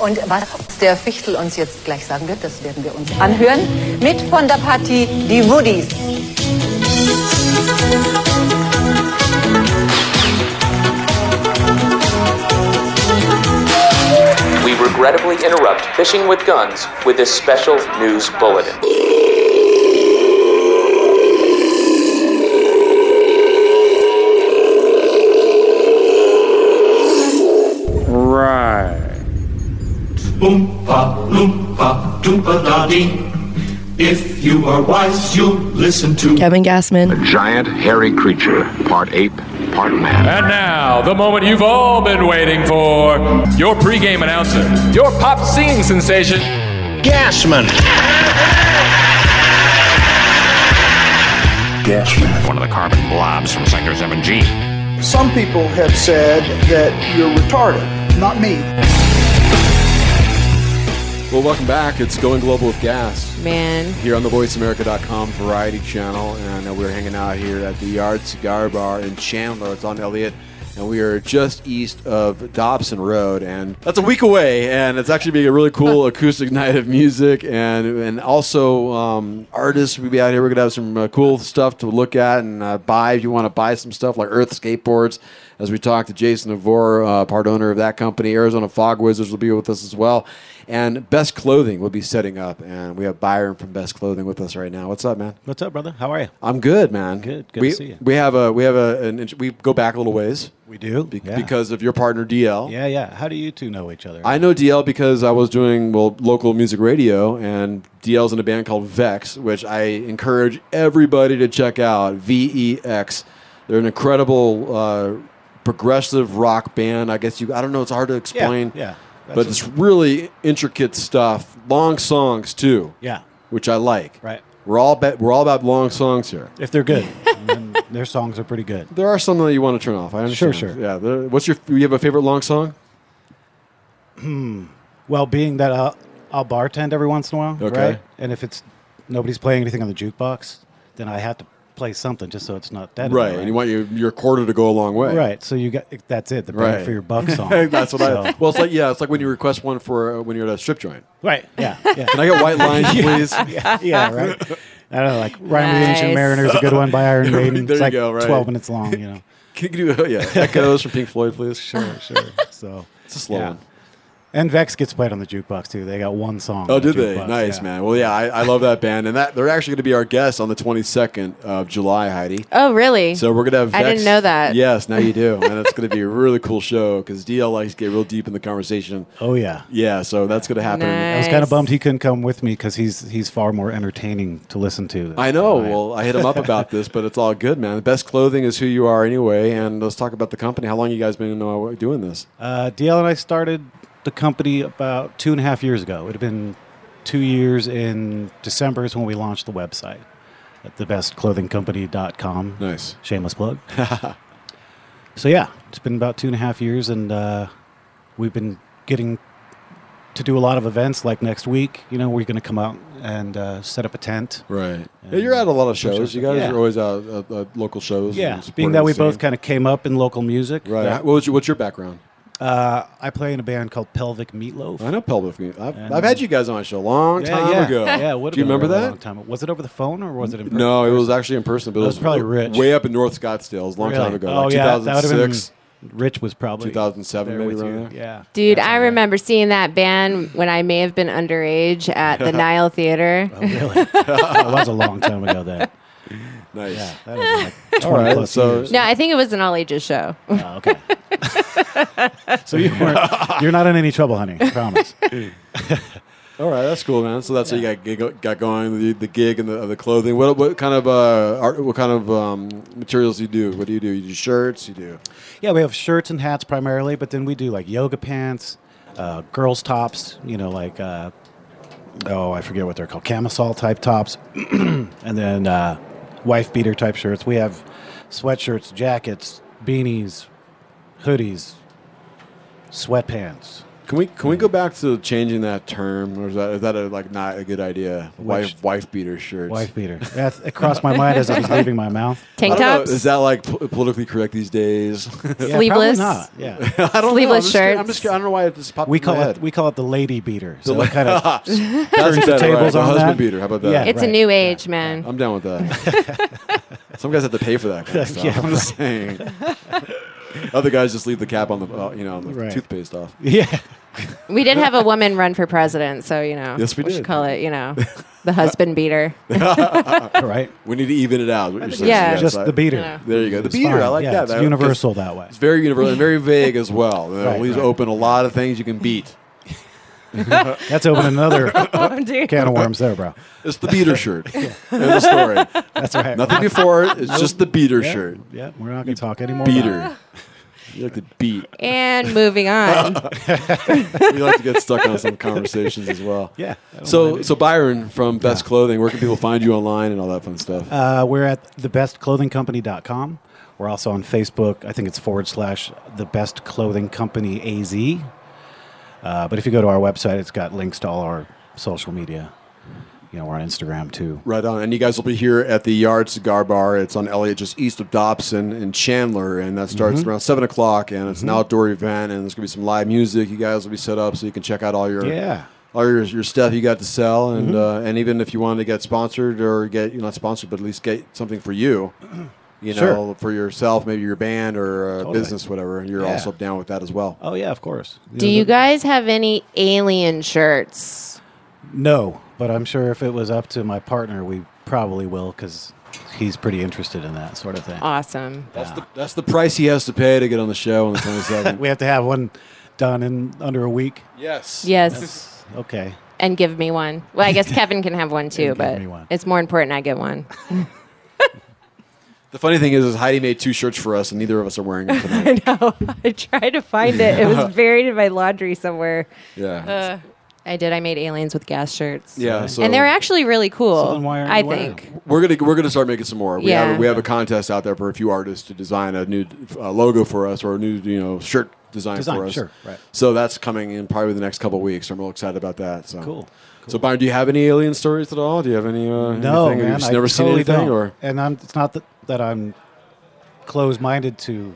Und was der Fichtel uns jetzt gleich sagen wird, das werden wir uns anhören. Mit von der Partie die Woodies. We regrettably interrupt Fishing with Guns with this special news bulletin. Right. Oompa loompa doompa da dee. If you are wise, you'll listen to Kevin Gassman. giant, hairy creature, part ape, part man. And now, the moment you've all been waiting for. Your pregame announcer, your pop singing sensation, Gasman. one of the carbon blobs from Sector 7G. Some people have said that you're retarded. Not me. Well, welcome back. It's Going Global with Gas Man, here on the VoiceAmerica.com Variety Channel, and uh, we're hanging out here at the Yard Cigar Bar in Chandler. It's on Elliott, and we are just east of Dobson Road, and that's a week away. And it's actually being a really cool acoustic night of music, and and also um, artists will be out here. We're gonna have some uh, cool stuff to look at and uh, buy if you want to buy some stuff like Earth skateboards. As we talked to Jason Avor, uh, part owner of that company, Arizona Fog Wizards will be with us as well. And Best Clothing will be setting up, and we have Byron from Best Clothing with us right now. What's up, man? What's up, brother? How are you? I'm good, man. Good. Good we, to see you. We have a we have a an, int- we go back a little ways We do be- yeah. because of your partner DL. yeah, yeah. How do you two know each other? I know DL because I was doing well local music radio, and DL's in a band called Vex, which I encourage everybody to check out. V E X. They're an incredible uh, progressive rock band. I guess you. I don't know. It's hard to explain. yeah. But That's it's really intricate stuff. Long songs too. yeah, Which I like. right. We're all ba- we're all about long songs here. If they're good, And their songs are pretty good. There are some that you want to turn off. I understand. Sure, sure. Yeah. there- What's your? You have a favorite long song? Hmm. Well, being that I'll, I'll bartend every once in a while, Okay. right? And if it's nobody's playing anything on the jukebox, then I have to play something just so it's not dead. Right. And you want your, your quarter to go a long way. Right. So you got that's it. The bang Right. for your buck song. That's what I. So- Well, it's like yeah, it's like when you request one for uh, when you're at a strip joint. Right. Yeah. Yeah. Can I get white lines, please? yeah. Right. I don't know. Like Rhyme of the Ancient Nice. Mariner is a good one by Iron Maiden. There you it's like go, right. Twelve minutes long. You know. Can you do yeah echoes from Pink Floyd, please? Sure. Sure. So It's a slow Yeah. one. And Vex gets played on the jukebox too. They got one song. Oh, on the did they? jukebox, nice, yeah. man. Well, yeah, I, I love that band, and that they're actually going to be our guest on the 22nd of July, Heidi. Oh, really? So we're gonna have. I Vex- didn't know that. Yes, now you do, and it's gonna be a really cool show because DL likes to get real deep in the conversation. Oh yeah. Yeah, so that's gonna happen. Nice. I was kind of bummed he couldn't come with me because he's he's far more entertaining to listen to. than- I know. than am. Well, I hit him up about this, but it's all good, man. The best clothing is who you are anyway. And let's talk about the company. How long you guys been uh, doing this? uh, DL and I started the company about two and a half years ago. It had been two years in December is when we launched the website at thebestclothingcompany.com. Nice. Shameless plug. so yeah, it's been about two and a half years, and uh, we've been getting to do a lot of events. Like next week, you know, we're going to come out and uh, set up a tent. Right. Yeah, you're at a lot of Some shows. shows. You guys Yeah. are always out at, at local shows. Yeah, and supporting being that the we scene. both kind of came up in local music. Right. that- What was your, what's your background? uh, I play in a band called Pelvic Meatloaf. I know pelvic. Me- I've, And- I've had you guys on my show a long Yeah, time yeah. ago. Yeah, it would've Do you been remember a really that? Long time. Was it over the phone or was it in person? No, it was actually in person, but it That was probably Rich. way up in North Scottsdale. It was a long Really? time ago. Oh like yeah, that would have 2006. been. Rich was probably 2007 there maybe with around you. there. Yeah, Dude, That's I all right. remember seeing that band when I may have been underage at the Nile Theater. Oh, really? that was a long time ago then. Nice. Yeah, that was like 20 All right. plus So years. No, I think it was an all ages show. Oh, okay. so you weren't, you're not in any trouble, honey. I promise. All right, that's cool, man. So that's how you got gig, got going the, the gig and the, the clothing. What what kind of uh, art, what kind of um, materials do you do? What do you do? You do shirts. You do Yeah, we have shirts and hats primarily, but then we do like yoga pants, uh, girls tops. You know, like uh, oh, I forget what they're called, camisole type tops, and then uh, wife beater type shirts. We have sweatshirts, jackets, beanies, hoodies, sweatpants. Can we can we go back to changing that term, or is that is that a, like not a good idea? Wife wife beater shirts. Wife beater. That it crossed my mind as I was leaving my mouth. Tank I don't know, tops. Is that like po- politically correct these days? Yeah, probably Sleeveless. not. Yeah. I don't Sleeveless know. I'm just, curi- I'm shirts. just, curi- I don't know why it just popped. We in my call head. it we call it the lady beater. So it kind of That's turns the better, right? tables The on husband that. beater. How about that? Yeah. it's right. a new age, man. I'm down with that. Some guys have to pay for that kind of stuff. Yeah, I'm just saying. Other guys just leave the cap on the uh, you know on the Right. toothpaste off. yeah. We did have a woman run for president, so you know. Yes, we should did. call it, you know, the husband beater. Right. We need to even it out. is what you're saying. Yeah. it's Just like- the beater. Yeah. There you go. The It's beater. fine. I like yeah, that. It's That- universal that way. It's very universal and very vague as well. It Right, leaves right. open a lot of things you can beat. That's open another Oh, dude. can of worms there, bro. It's the beater shirt. End of story. That's right. Nothing before it. It's just the beater Yeah, shirt. Yeah, we're not gonna talk anymore. about it. Beater. You like to beat. And moving We on. like to get stuck on some conversations as well. Yeah, I don't So, so Byron from Best Clothing, where can people find you online and all that fun stuff? Uh, we're at thebestclothingcompany.com. We're also on Facebook. I think it's forward slash the best clothing company AZ. Uh, but if you go to our website, it's got links to all our social media. You know, we're on Instagram too. Right on. And you guys will be here at the Yard Cigar Bar. It's on Elliott, just east of Dobson and Chandler. And that starts Mm-hmm. around 7 o'clock. And it's an outdoor event. And there's going to be some live music. You guys will be set up so you can check out all your Yeah. Mm-hmm. all your, your stuff you got to sell. And uh, and even if you wanted to get sponsored or get, you know, not sponsored, but at least get something for you, you know, Sure. for yourself, maybe your band or uh, business, whatever. You're Yeah. also down with that as well. Oh, yeah, of course. Do you guys have any alien shirts? No, but I'm sure if it was up to my partner, we probably will because he's pretty interested in that sort of thing. Awesome. That's, the, that's the price he has to pay to get on the show on the 27th. We have to have one done in under a week. yes. Yes. Okay. And give me one. Well, I guess Kevin can have one too, give but me one. it's more important I get one. The funny thing is, is Heidi made two shirts for us, and neither of us are wearing them tonight. No, I tried to find it. It was buried in my laundry somewhere. Yeah. Uh. I did. I made aliens with gas shirts. yeah. So and they're actually really cool. then why aren't I you wearing think. we're gonna we're gonna start making some more. We have Yeah. we have a contest out there for a few artists to design a new uh, logo for us or a new you know shirt design, Design, for us. sure, right. So that's coming in probably the next couple of weeks. I'm real excited about that. So Cool, So Byron, do you have any alien stories at all? Do you have any? Uh, No, anything? man, You've just I never totally seen anything, don't. or and I'm. It's not that, that I'm closed-minded to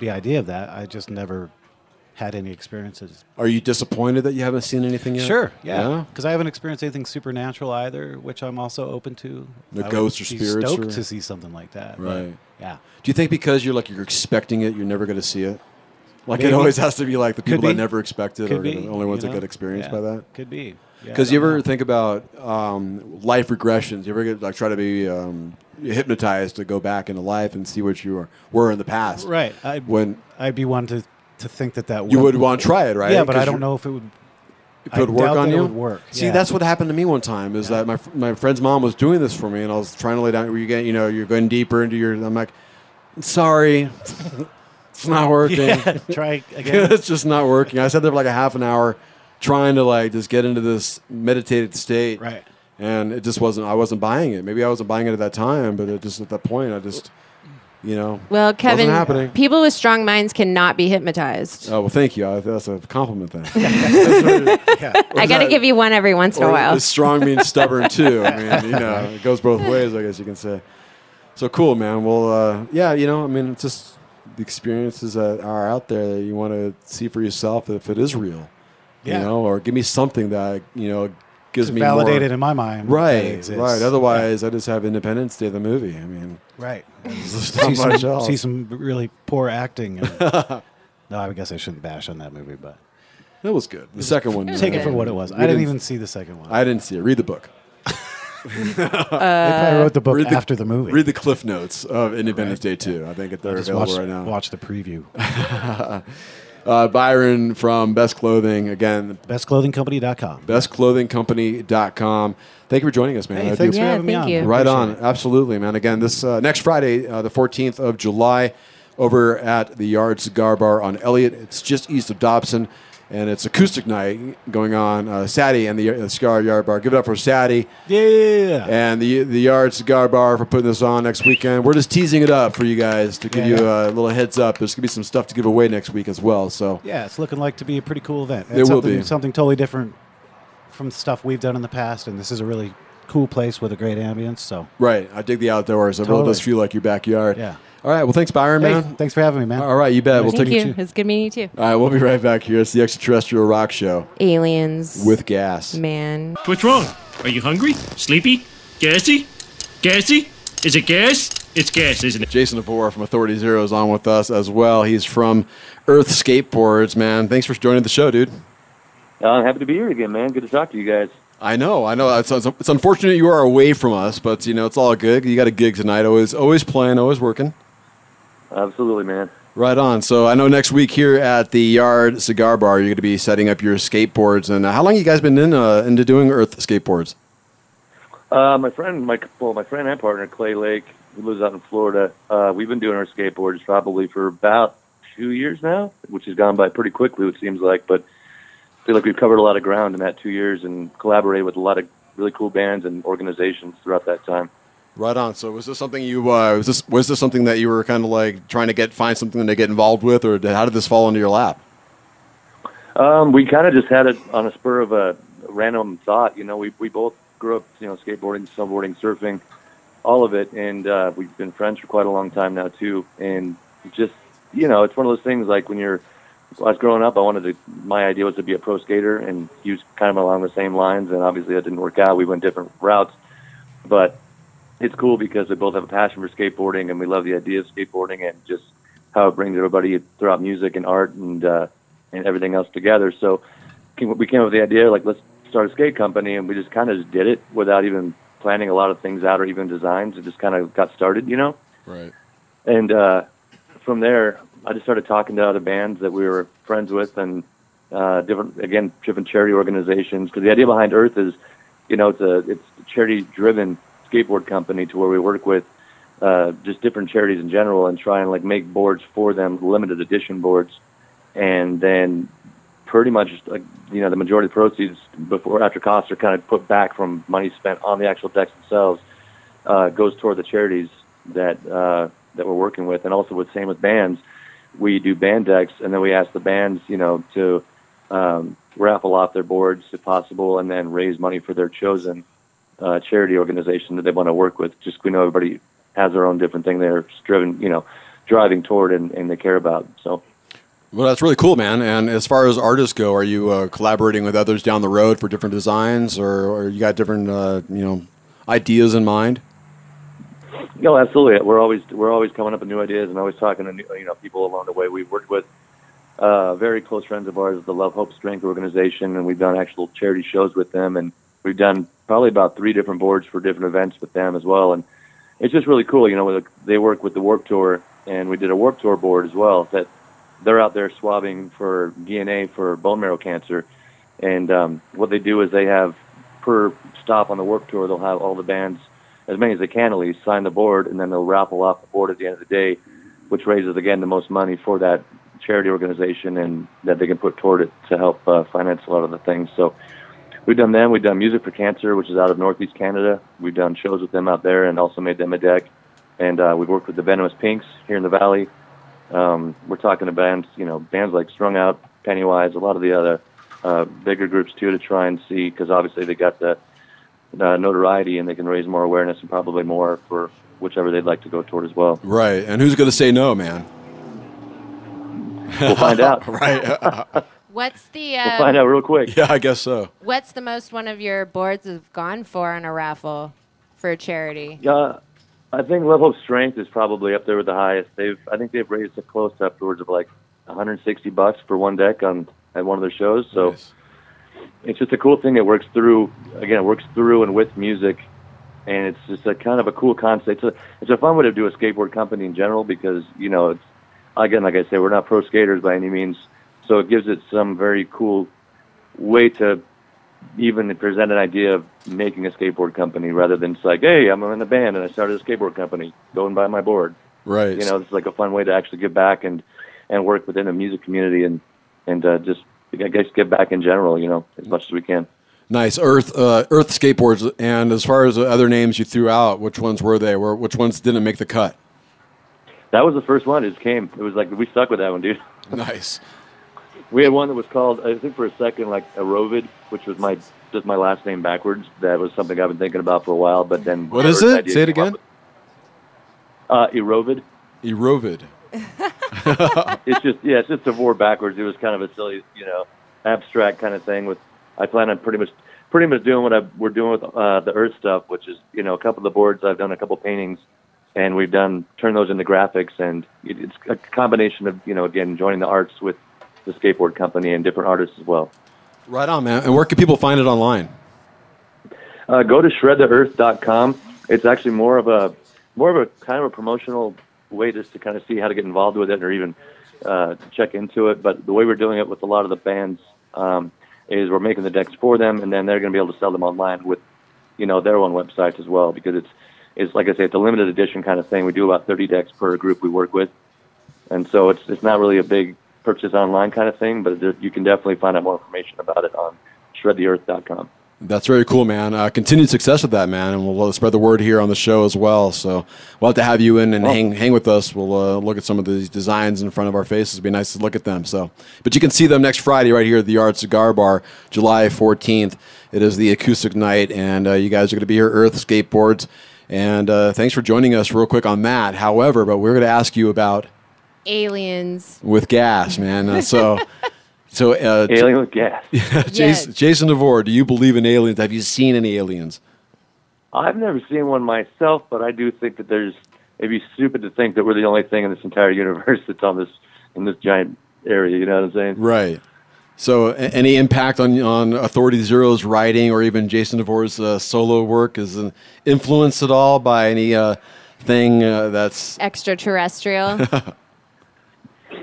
the idea of that. I just never had any experiences. are you disappointed that you haven't seen anything yet? yeah, because I haven't experienced anything supernatural either, which I'm also open to. No I would ghosts or be spirits Stoked or- to see something like that. but Right. Yeah. Do you think because you're like you're expecting it, you're never going to see it? Like it Maybe. always has to be like the Could people that be. never expect it are Could be. the only ones that you know? get experienced Yeah, by that. Could be. Yeah, Because I you don't ever know. think about um, life regressions? You ever get like try to be um, hypnotized to go back into life and see what you were, were in the past? Right. I, When I'd be one to to think that that you would would want to try it, right? Yeah, but I 'Cause don't you're- know if it would. If it would I work doubt on that it you. would work, See, yeah. that's what happened to me one time. Is that my fr- my friend's mom was doing this for me, and I was trying to lay down. Where you get, you know, you're going deeper into your. I'm like, sorry, it's not working. Try again. it's just not working. I sat there for like a half an hour trying to like just get into this meditated state. Right. And it just wasn't I wasn't buying it. Maybe I wasn't buying it at that time, but it just at that point I just you know Well, Kevin, wasn't happening. people with strong minds cannot be hypnotized. Oh well, thank you. I, that's a compliment then. yeah. I got to that- give you one every once in a or while. is strong means stubborn too. I mean, you know, it goes both ways. I guess you can say. So cool, man. Well, uh, yeah, you know, I mean, it's just the experiences that are out there that you want to see for yourself if it is real. Yeah. You know, or give me something that you know gives me more- validated in my mind. that it Right, exists. right. Otherwise, I just have Independence Day the movie. I mean, Right. there's see, not much some, else. see some really poor acting. and- no, I guess I shouldn't bash on that movie, but It was good. The second one. take it uh, for what it was. we I didn't even see the second one. I didn't see it. Read the book. they probably wrote the book read the- after the movie. Read the cliff notes of Independence Day two. I think they're Just available watch, right now. watch the preview. Uh, Byron from Best Clothing again. Bestclothingcompany.com. BestClothingCompany.com. Thank you for joining us, man. I Hey, do thanks for Yeah, having me thank on. you. Right on, absolutely, man. Again, this uh, next Friday, uh, the 14th of July, over at the Yard Cigar Bar on Elliott. It's just east of Dobson. and it's acoustic night going on. Uh, Saturday and the, uh, Cigar Yard Bar. Give it up for Saturday Yeah. and the the Yard Cigar Bar for putting this on next weekend. We're just teasing it up for you guys to give Yeah, you a little heads up. There's gonna be some stuff to give away next week as well. So Yeah, it's looking like to be a pretty cool event. It It's will something- be. something totally different from stuff we've done in the past, and this is a really cool place with a great ambience. So, right, I dig the outdoors. It really Totally. does feel like your backyard. Yeah. All right. Well, thanks, Byron. hey, Man. thanks for having me, man. All right, you bet. We'll Thank take you. it. It was good meeting you too. All right, we'll be right back here. It's the Extraterrestrial Rock Show Aliens. with gas. man. What's wrong? Are you hungry? Sleepy? Gassy? Gassy? Is it gas? It's gas, isn't it? Jason DeVore from Authority Zero is on with us as well. He's from Earth Skateboards, man. Thanks for joining the show, dude. Uh, I'm happy to be here again, man. Good to talk to you guys. I know, I know. It's, it's, it's unfortunate you are away from us, but you know it's all good. You got a gig tonight. Always, always playing, always working. Absolutely, man. Right on. So I know next week here at the Yard Cigar Bar, you're going to be setting up your skateboards. And uh, how long you guys been in uh, into doing Earth skateboards? Uh, my friend, my well, my friend and partner Clay Lake, who lives out in Florida, uh, we've been doing our skateboards probably for about two years now, which has gone by pretty quickly, it seems like. But I feel like we've covered a lot of ground in that two years and collaborated with a lot of really cool bands and organizations throughout that time. Right on. So was this something you uh, was this was this something that you were kind of like trying to get find something to get involved with, or did, how did this fall into your lap? Um, we kind of just had it on a spur of a random thought. You know, we we both grew up, you know, skateboarding, snowboarding, surfing, all of it, and uh, we've been friends for quite a long time now too. And just you know, it's one of those things like when you're. When I was growing up, I wanted to. My idea was to be a pro skater, and he was kind of along the same lines. And obviously, that didn't work out. We went different routes, but it's cool because we both have a passion for skateboarding, and we love the idea of skateboarding and just how it brings everybody throughout music and art and uh, and everything else together. So came- we came up with the idea like let's start a skate company, and we just kind of just did it without even planning a lot of things out or even designs. It just kind of got started, you know. Right. And uh, from there, I just started talking to other bands that we were friends with and uh, different again different charity organizations because the idea behind Earth is you know it's a it's a charity driven skateboard company to where we work with uh, just different charities in general and try and like make boards for them limited edition boards and then pretty much like you know the majority of the proceeds before after costs are kind of put back from money spent on the actual decks themselves uh, goes toward the charities that uh, that we're working with and also with same with bands we do band decks and then we ask the bands you know to um, raffle off their boards if possible and then raise money for their chosen uh, charity organization that they want to work with just we know everybody has their own different thing they're driven you know driving toward and, and they care about so Well, that's really cool, man. And as far as artists go, are you uh, collaborating with others down the road for different designs, or, or you got different uh, you know ideas in mind? No, absolutely. We're always we're always coming up with new ideas and always talking to new, you know people along the way. We've worked with uh, very close friends of ours, the Love Hope Strength organization, and we've done actual charity shows with them, and we've done probably about three different boards for different events with them as well. And it's just really cool, you know. with- They work with the Warp Tour, and we did a Warp Tour board as well. That they're out there swabbing for DNA for bone marrow cancer, and um, what they do is they have per stop on the Warp Tour, they'll have all the bands as many as they can at least sign the board, and then they'll raffle off the board at the end of the day, which raises again the most money for that charity organization and that they can put toward it to help uh, finance a lot of the things. So we've done them. We've done Music for Cancer, which is out of Northeast Canada. We've done shows with them out there, and also made them a deck. And uh, we've worked with the Venomous Pinks here in the Valley. Um, we're talking to bands, you know, bands like Strung Out, Pennywise, a lot of the other uh, bigger groups too, to try and see because obviously they got the uh, notoriety and they can raise more awareness and probably more for whichever they'd like to go toward as well. Right. And who's going to say no, man? We'll find out. right. What's the uh, We'll find out real quick. Yeah, I guess so. what's the most one of your boards have gone for in a raffle for a charity? Yeah, I think Love Hope Strength is probably up there with the highest. They've I think they've raised it close to upwards of like 160 bucks for one deck on at one of their shows. So it's just a cool thing that works through again it works through and with music, and it's just a kind of a cool concept. It's a it's a fun way to do a skateboard company in general because you know it's again like I say we're not pro skaters by any means, so it gives it some very cool way to even present an idea of making a skateboard company rather than it's like, hey, I'm in a band and I started a skateboard company. Go and buy my board. Right. You know, it's like a fun way to actually give back and and work within the music community and and uh, just I guess give back in general, you know, as much as we can. Nice Earth uh, Earth skateboards. And as far as the other names you threw out, which ones were they? Where which ones didn't make the cut? That was the first one. It just came. It was like we stuck with that one, dude. Nice. We had one that was called, I think, for a second, like Arovid, which was my just my last name backwards. That was something I've been thinking about for a while. But then, What is it? whatever idea Say it came again. up- Uh, Arovid. Erovid. it's just yeah, it's just a war backwards. It was kind of a silly, you know, abstract kind of thing. With I plan on pretty much pretty much doing what I we're doing with uh, the Earth stuff, which is you know a couple of the boards I've done, a couple paintings, and we've done turn those into graphics, and it, it's a combination of you know again joining the arts with the skateboard company and different artists as well. Right on, man. And where can people find it online? Uh, go to shredtheearth.com. It's actually more of a more of a kind of a promotional way just to kind of see how to get involved with it or even uh, check into it. But the way we're doing it with a lot of the bands um, is we're making the decks for them, and then they're going to be able to sell them online with you know their own websites as well because it's it's like I say, it's a limited edition kind of thing. We do about 30 decks per group we work with, and so it's it's not really a big purchase online kind of thing, but there, you can definitely find out more information about it on shredtheearth.com. That's very cool, man. Uh, continued success with that, man, and we'll uh, spread the word here on the show as well. So we'll have to have you in and hang hang with us. We'll uh, look at some of these designs in front of our faces. It'd be nice to look at them. So, but you can see them next Friday right here at the Art Cigar Bar, July fourteenth. It is the acoustic night, and uh, you guys are going to be here, Earth Skateboards. And uh, thanks for joining us real quick on that. However, but we're going to ask you about Aliens. with gas, man. Uh, so, so uh, Alien with gas. Jason, Jason DeVore, do you believe in aliens? Have you seen any aliens? I've never seen one myself, but I do think that there's. It'd be stupid to think that we're the only thing in this entire universe that's on this in this giant area. You know what I'm saying? Right. So, a- any impact on on Authority Zero's writing or even Jason DeVore's uh, solo work is an influenced at all by any uh, thing uh, that's Extraterrestrial.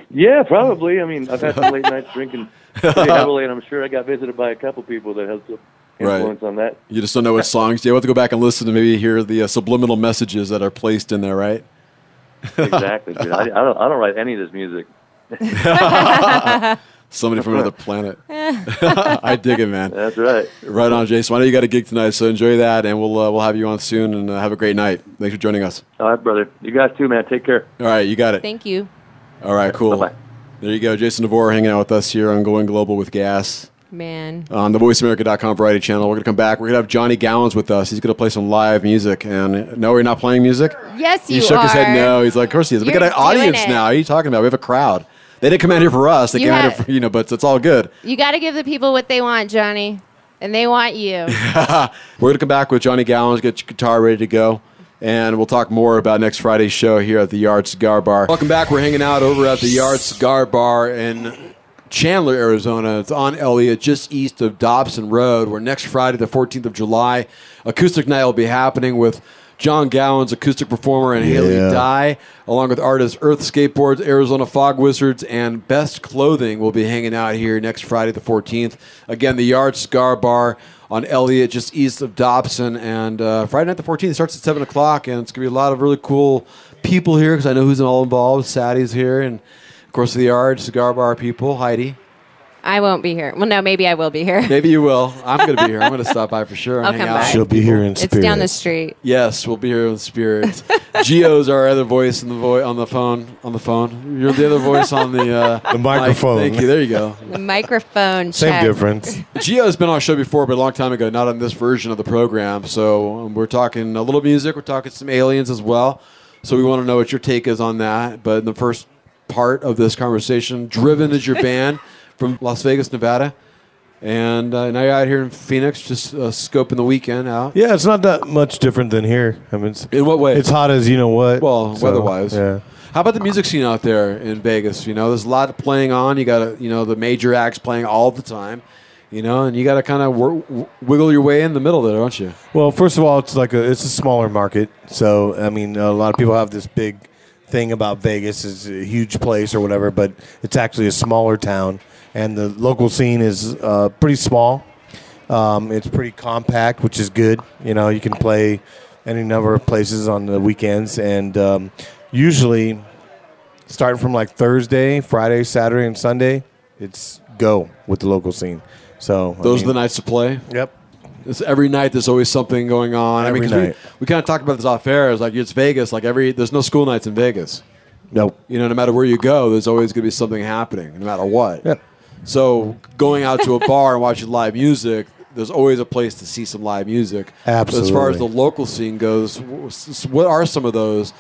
Yeah, probably. I mean, I've had some late nights drinking pretty heavily, and I'm sure I got visited by a couple people that had some Right. influence on that. you just don't know which songs. You have to go back and listen to maybe hear the uh, subliminal messages that are placed in there, right? Exactly. dude. I, I don't. I don't write any of this music. Somebody from another planet. I dig it, man. That's right. Right on, Jason. I know you got a gig tonight, so enjoy that, and we'll uh, we'll have you on soon. And uh, have a great night. Thanks for joining us. All right, brother. You guys too, man. Take care. All right, you got it. Thank you. All right, cool. There you go. Jason DeVore hanging out with us here on Going Global with Gas Man. on the VoiceAmerica.com variety channel. We're going to come back. We're going to have Johnny Gowans with us. He's going to play some live music. And no, we're not playing music? Yes, He you shook his are. head no. He's like, of course he is. we You're got an doing audience it. now. What are you talking about? We have a crowd. They didn't come out here for us. They You came out had- here for, you know, but it's all good. You got to give the people what they want, Johnny. And they want you. We're going to come back with Johnny Gallons, get your guitar ready to go. And we'll talk more about next Friday's show here at the Yard Cigar Bar. Welcome back. We're hanging out over at the Yard Cigar Bar in Chandler, Arizona. It's on Elliott, just east of Dobson Road, where next Friday, the 14th of July, Acoustic Night will be happening with John Gowans, acoustic performer, and Haley Yeah. Dye, along with artists Earth Skateboards, Arizona Fog Wizards, and Best Clothing will be hanging out here next Friday, the 14th. Again, the Yard Cigar Bar on Elliott, just east of Dobson. And uh, Friday night, the 14th, starts at 7 o'clock, and it's going to be a lot of really cool people here because I know who's all involved. Sadie's here, and of course, the Yard Cigar Bar people, Heidi. I won't be here. Well, no, maybe I will be here. Maybe you will. I'm going to be here. I'm going to stop by for sure. And I'll hang come out. by. She'll be here in It's down the street. Yes, we'll be here in spirit. Gio's our other voice in the vo- on the phone. On the phone, you're the other voice on the uh, the microphone. Thank you. There you go. The microphone. check. Gio's been on our show before, but a long time ago, not on this version of the program. So um, we're talking a little music. We're talking some aliens as well. So we want to know what your take is on that. But in the first part of this conversation, Driven is your band from Las Vegas, Nevada. And uh, now you're out here in Phoenix, just uh, scoping the weekend out. Yeah, it's not that much different than here. I mean, it's, in what way? It's hot as you know what. Well, so, weather-wise. yeah. How about the music scene out there in Vegas? You know, there's a lot playing on. You got you know the major acts playing all the time. You know, and you got to kind of wor- w- wiggle your way in the middle there, don't you? Well, first of all, it's like a it's a smaller market, so I mean, a lot of people have this big thing about Vegas is a huge place or whatever, but it's actually a smaller town, and the local scene is uh, pretty small. Um, it's pretty compact, which is good. You know, you can play any number of places on the weekends, and um, usually starting from like Thursday, Friday, Saturday, and Sunday, it's go with the local scene. So I Those mean- are the nights to play. Yep. It's every night. There's always something going on. I mean, Every 'cause night. We, we kind of talked about this off air. It's like it's Vegas. Like every there's no school nights in Vegas. Nope. You know, no matter where you go, there's always going to be something happening, no matter what. Yep. So going out to a bar and watching live music, there's always a place to see some live music. But as far as Absolutely. the local scene goes, wh- s- what are some of those?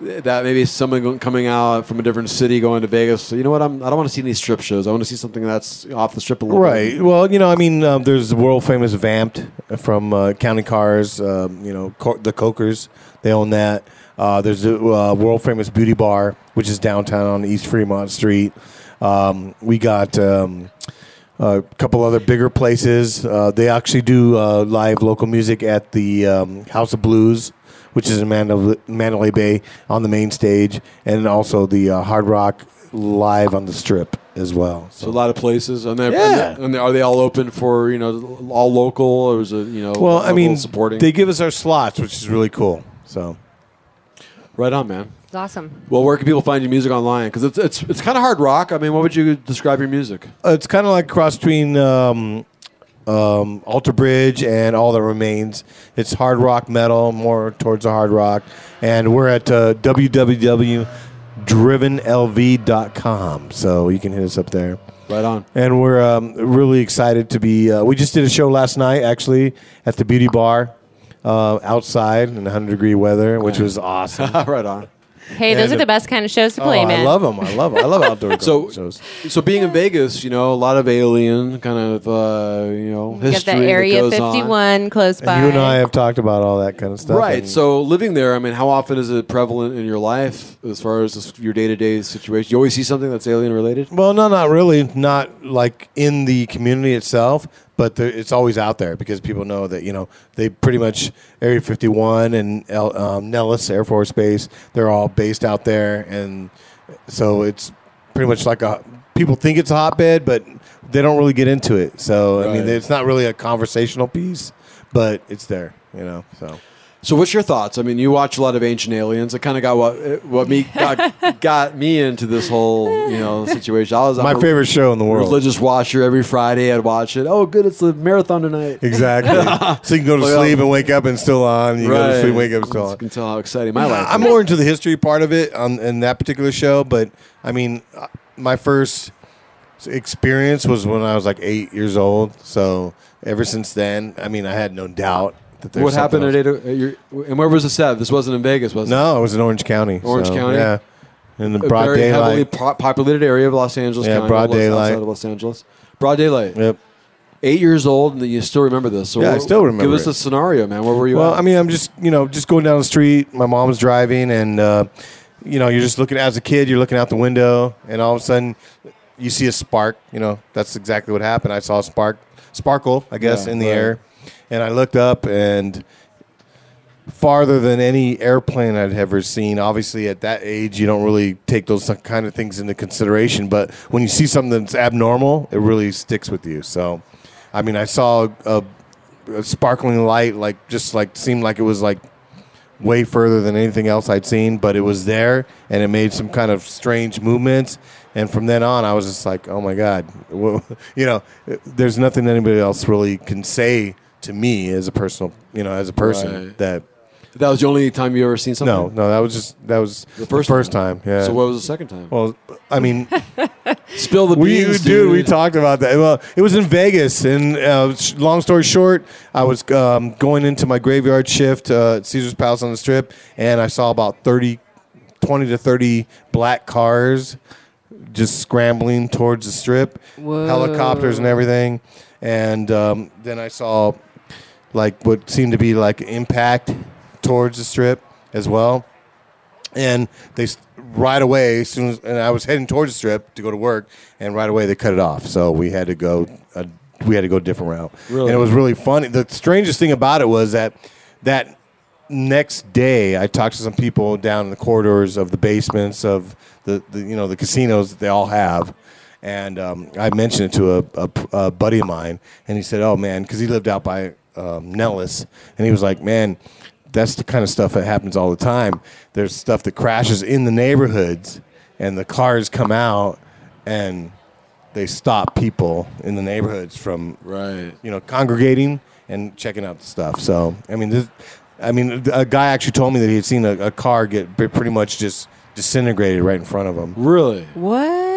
That maybe someone go- coming out from a different city going to Vegas. So you know what? I'm, I don't want to see any strip shows. I want to see something that's off the strip a little bit. Right. Well, you know, I mean, um, there's the world famous Vamped from uh, County Cars. Um, you know, Co- the Cokers they own that. Uh, there's the uh, world famous Beauty Bar, which is downtown on East Fremont Street. Um, we got um, a couple other bigger places. Uh, they actually do uh, live local music at the um, House of Blues. Which is in Mandalay, Mandalay Bay on the main stage, and also the uh, Hard Rock live on the Strip as well. So a lot of places, and they're, and, they're, and they- are they all open for you know all local, or is it you know Well, I local mean, supporting? they give us our slots, which is really cool. So, right on, man. It's awesome. Well, where can people find your music online? Because it's it's it's kind of hard rock. I mean, what would you describe your music? Uh, it's kind of like cross between um, um, Alter Bridge and All That Remains. It's hard rock metal, more towards the hard rock. And we're at uh, www.drivenlv.com. So you can hit us up there. Right on. And we're um, really excited to be. Uh, we just did a show last night, actually, at the Beauty Bar uh, outside in 100 degree weather, which was awesome. right on. Hey, those And- are the best kind of shows to Oh, play, man. I love them. I love 'em. I love outdoor So- shows. So being in Vegas, you know, a lot of alien kind of uh, you know You got history the that Area goes on. 51 close by. And you and I have talked about all that kind of stuff. Right. and- So living there, I mean, how often is it prevalent in your life as far as this- your day to day situation? You always see something that's alien related. well, no, not really. Not like in the community itself, but there, it's always out there because people know that you know they pretty much Area 51 and El, um, Nellis Air Force Base. They're all based out there, and so it's pretty much like a people think it's a hotbed, but they don't really get into it. So I mean, Right. it's not really a conversational piece, but it's there. You know, so. So, what's your thoughts? I mean, you watch a lot of Ancient Aliens. It kind of got what eh, what me got, got me into this whole you know situation. I was I'm My a favorite show in the world. Religious watcher every Friday, I'd watch it. Oh, good, it's the marathon tonight. Exactly. so you can go to Well, sleep and wake up and still on. You go to Right. sleep, wake up, still on. You can tell how exciting my Yeah, life. I'm is. more into the history part of it on in that particular show, but I mean, uh, my first experience was when I was like eight years old. So ever since then, I mean, I had no doubt that there's What happened at something eight? o- At your, and where was this at? This wasn't in Vegas, was it? else. No, it was in Orange County. Orange so, County? yeah, in the a broad very heavily daylight. po- populated area of Los Angeles. Yeah, County, broad Los- daylight. Outside of Los Angeles, broad daylight. Yep. Eight years old, and you still remember this. So Yeah, I what- still remember Give us it. a scenario, man. Where were you? Well, at? I mean, I'm just you know just going down the street. My mom's driving, and uh, you know you're just looking as a kid. You're looking out the window, and all of a sudden you see a spark. You know that's exactly what happened. I saw a spark, sparkle, I guess, Yeah, in the right. air, and I looked up and farther than any airplane I'd ever seen. Obviously, at that age, you don't really take those kind of things into consideration. But when you see something that's abnormal, it really sticks with you. So, I mean, I saw a, a sparkling light, like just like seemed like it was like way further than anything else I'd seen, but it was there and it made some kind of strange movements. And from then on, I was just like, oh my God, Wha- you know, there's nothing anybody else really can say to me as a personal, you know, as a person Right. that. that was the only time you ever seen something. No, no, that was just that was the first, time. Yeah. So what was the second time? Well, I mean, Spill the we, beans, dude. We talked about that. Well, it was in Vegas, and uh, sh- long story short, I was um, going into my graveyard shift uh, at Caesar's Palace on the Strip, and I saw about 30, 20 to thirty black cars just scrambling towards the Strip, Whoa. helicopters and everything, and um, then I saw like what seemed to be like impact towards the Strip as well and they s- right away as soon as and I was heading towards the strip to go to work and right away they cut it off so we had to go uh, we had to go a different route Really? and it was really funny the strangest thing about it was that that next day I talked to some people down in the corridors of the basements of the, the you know the casinos that they all have and um, I mentioned it to a, a p- a buddy of mine and he said oh man because he lived out by um, Nellis and he was like man that's the kind of stuff that happens all the time. There's stuff that crashes in the neighborhoods, and the cars come out, and they stop people in the neighborhoods from right you know congregating and checking out the stuff. So I mean this. I mean, a guy actually told me that he had seen a, a car get pre- pretty much just disintegrated right in front of him. Really? What?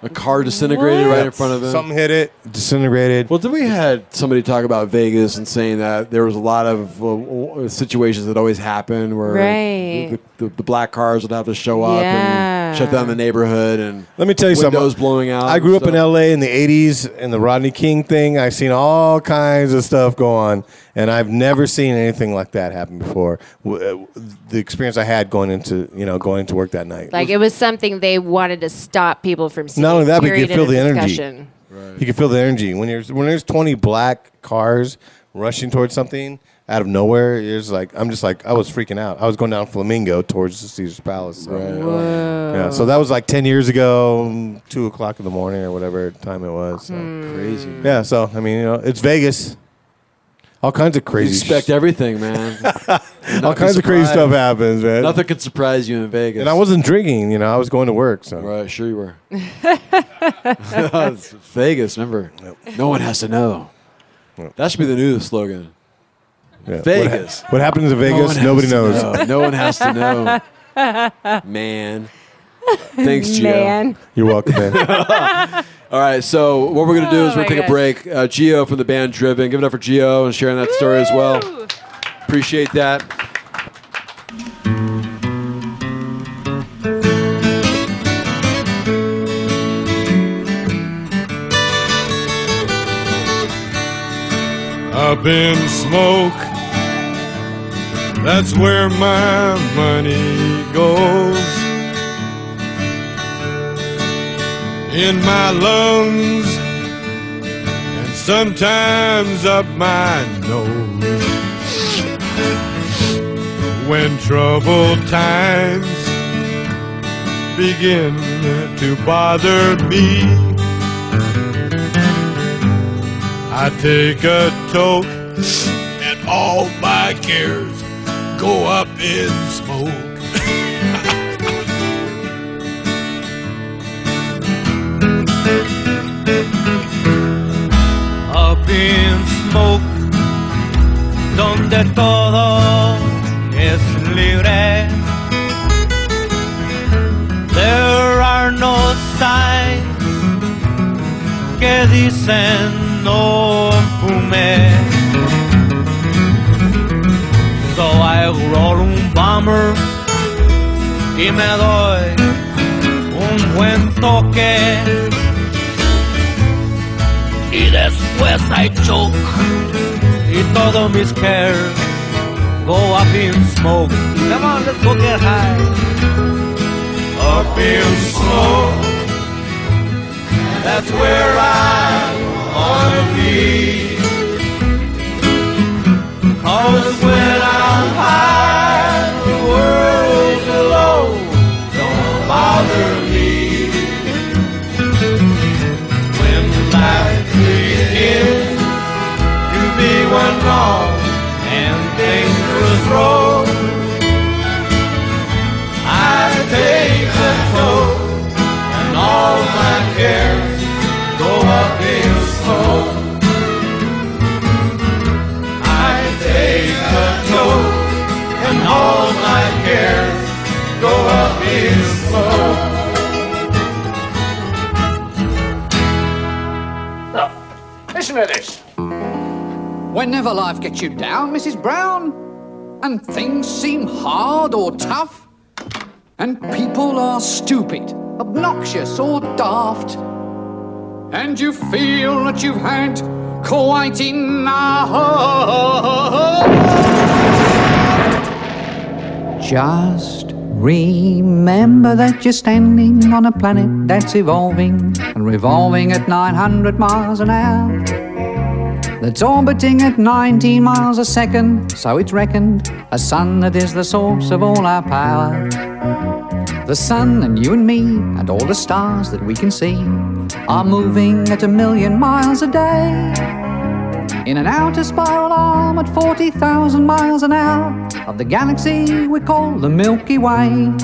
A car disintegrated right in front of him. Something hit it, disintegrated. Well, then we had somebody talk about Vegas and saying that there was a lot of uh, situations that always happen where Right. the, the, the black cars would have to show up Yeah. and shut down the neighborhood and Let me tell you windows something. blowing out. I and grew up in stuff. LA in the 80s and the Rodney King thing. I've seen all kinds of stuff go on, and I've never seen anything like that happen before. W- uh, The experience I had going into you know going into work that night. Like it was something they wanted to stop people from seeing. not only that, but you period, could feel in a the energy. discussion. You could feel the energy when there's when there's 20 black cars rushing towards something out of nowhere. It's like I'm just like I was freaking out. I was going down Flamingo towards the Caesar's Palace. So. Yeah, so that was like 10 years ago, two o'clock in the morning or whatever time it was. So. Hmm. Crazy. Yeah, so I mean, you know, it's Vegas. All kinds of You crazy. expect everything, man. sh- all kinds of crazy stuff happens, man. Nothing could surprise you in Vegas. And I wasn't drinking, you know. I was going to work, so Right, sure you were. It's Vegas, remember? No one has to know. That should be the new slogan. yeah. What ha- Vegas. What, happens in No one Vegas? has Nobody to knows. know. No one has to know. Man. Thanks, Gio. Man. You're welcome, man. All right, so what we're going to do is Oh we're going my to take God. a break. Uh, Gio from the band Driven. Give it up for Gio and sharing that story as well. Appreciate that. I've been smoke. That's where my money goes. In my lungs and sometimes up my nose. When troubled times begin to bother me. I take a toke and all my cares go up in smoke. Up in smoke, donde todo es libre. There are no signs que dicen no fume. So I roll un bomber y me doy un buen toque. y después I choke y todos mis cares go up in smoke. Come on, let's go get high. Up in smoke, that's where I wanna be. Cause when I'm high, the world below don't bother me. When life begins to be one long and dangerous road. I take a toll and all my cares go up in smoke. I take a toll and all my cares go up in smoke. Listen to this. Whenever life gets you down, Mrs. Brown, and things seem hard or tough, and people are stupid, obnoxious, or daft, and you feel that you've had quite enough. Just remember that you're standing on a planet that's evolving and revolving at 900 miles an hour. That's orbiting at 19 miles a second, so it's reckoned a sun that is the source of all our power. The sun and you and me and all the stars that we can see are moving at a million miles a day. In an outer spiral arm at 40,000 miles an hour of the galaxy we call the Milky Way.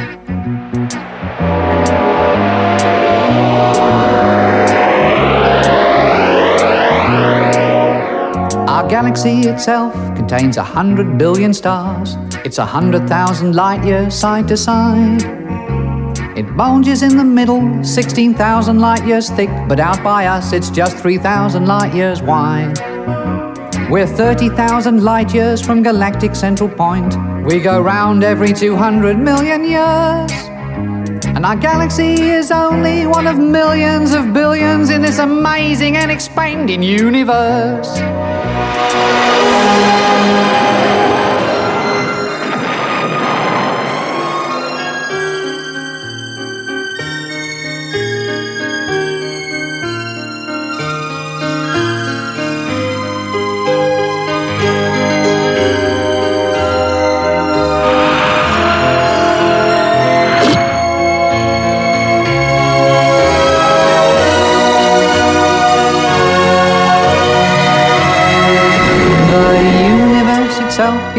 Our galaxy itself contains a hundred billion stars. It's a hundred thousand light years side to side. It bulges in the middle, 16,000 light years thick, but out by us it's just 3,000 light years wide. We're 30,000 light years from galactic central point. We go round every 200 million years. And our galaxy is only one of millions of billions in this amazing and expanding universe. The universe itself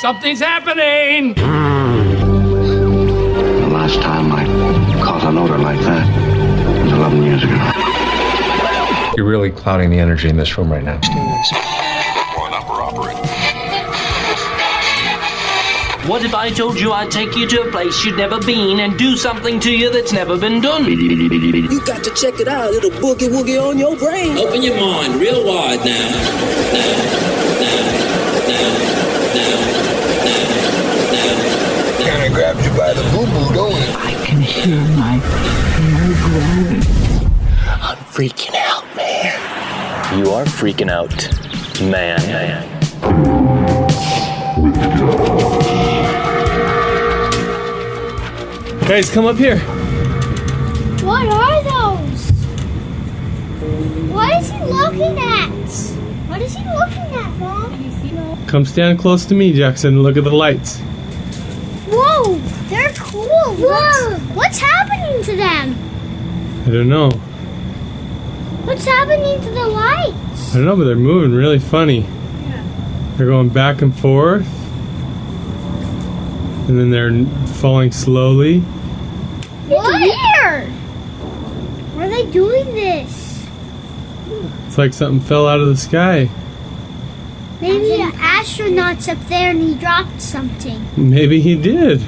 Something's happening! The last time I caught an odor like that was 11 years ago. You're really clouding the energy in this room right now. What if I told you I'd take you to a place you'd never been and do something to you that's never been done? You got to check it out. It'll boogie woogie on your brain. Open your mind real wide now. Kind of grabbed you by the boo boo, don't it? I can hear my hair I'm freaking out, man. You are freaking out, man. Guys, come up here. What are those? What is he looking at? What is he looking at, Mom? Come stand close to me, Jackson, and look at the lights. Whoa, they're cool. Whoa, what's, happening to them? I don't know. What's happening to the light? I don't know, but they're moving really funny. They're going back and forth. And then they're falling slowly. What? It's weird. Why are they doing this? It's like something fell out of the sky. Maybe the astronaut's up there and he dropped something. Maybe he did.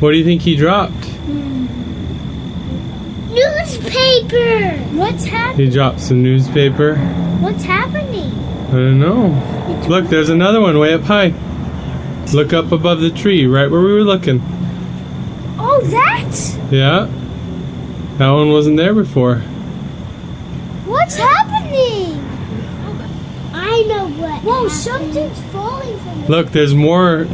What do you think he dropped? Newspaper. What's happening? He dropped some newspaper. What's happening? I don't know. Look, there's another one way up high. Look up above the tree, right where we were looking. Oh, that? Yeah. That one wasn't there before. What's happening? I know what. Whoa, something's falling from. Look, there's more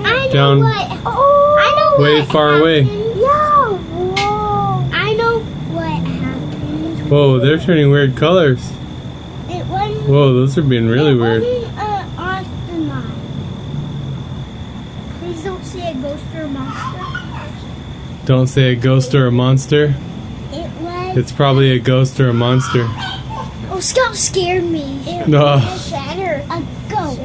I know Down. what. Oh, I know way what. far away. Yeah. Whoa. I know what happened. Whoa, they're turning weird colors. It wasn't Whoa, those are being really weird. an astronaut. Please don't say a ghost or a monster. Don't say a ghost or a monster. It was. It's probably a ghost or a monster. Oh, Scout scared me. It No. was a ghost.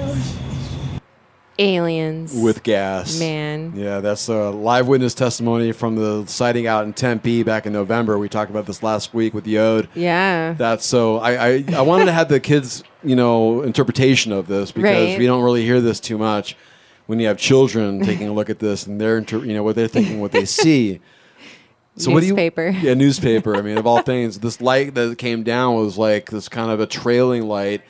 Aliens. with gas. Man. Yeah, that's a live witness testimony from the sighting out in Tempe back in November. We talked about this last week with Yod. Yeah. That's so I, I, I wanted to have the kids, you know, interpretation of this because Right. we don't really hear this too much when you have children taking a look at this and they're inter- you know what they're thinking, what they see. Newspaper. What do you, yeah, newspaper. I mean, of all things, this light that came down was like this kind of a trailing light.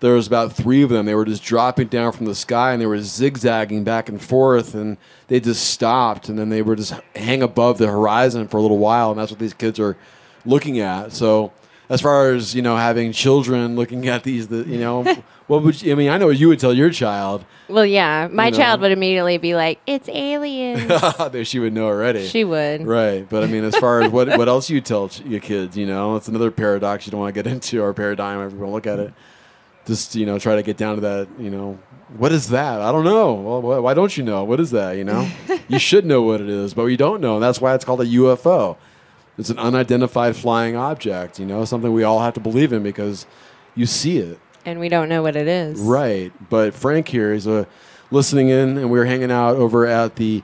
There was about three of them. They were just dropping down from the sky, and they were zigzagging back and forth, and they just stopped, and then they were just hang above the horizon for a little while, and that's what these kids are looking at. So, as far as you know, having children looking at these, the, you know, what would you, I mean? I know what you would tell your child. Well, yeah. My You know. child would immediately be like, it's aliens. she would know already. she would. Right, but I mean, as far as what what else you tell ch- your kids, you know, it's another paradox you don't want to get into or paradigm. Everyone look at it. just you know try to get down to that you know what is that? I don't know. Well, wh- why don't you know? What is that? You know, you should know what it is, but you don't know. And that's why it's called a UFO. It's an unidentified flying object. You know, something we all have to believe in because you see it. and we don't know what it is. Right. But Frank here is uh, listening in, and we were hanging out over at the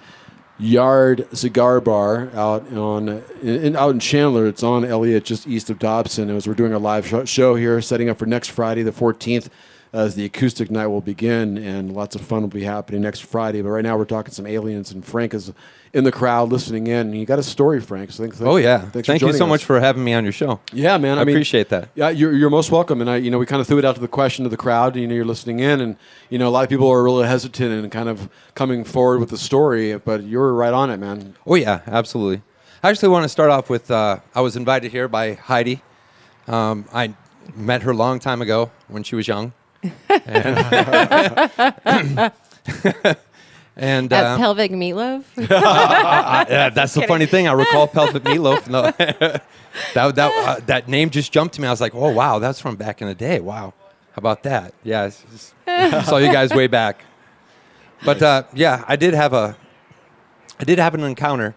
Yard Cigar Bar out on in, in- out in Chandler. It's on Elliott, just east of Dobson. It was we're doing a live show, show here, setting up for next Friday, the fourteenth, as the acoustic night will begin, and lots of fun will be happening next Friday. But right now, we're talking some aliens, and Frank is in the crowd listening in. And you got a story, Frank? So thanks. oh yeah, thanks for thank you joining so us. much for having me on your show. Yeah, man. I, I mean, appreciate that. Yeah, you're, you're most welcome. And I, you know, we kind of threw it out to the question to the crowd. You know, you're listening in, and you know, a lot of people are really hesitant and kind of coming forward with the story. But you were right on it, man. Oh yeah, absolutely. I actually want to start off with uh, I was invited here by Heidi. Um, I met her a long time ago when she was young. and and, At um, pelvic meatloaf. I- I- that's the funny thing. I recall pelvic meatloaf. No, that that uh, that name just jumped to me. I was like, oh wow, that's from back in the day. Wow, how about that? Yeah, it's just- saw you guys way back. But uh, yeah, I did have a, I did have an encounter,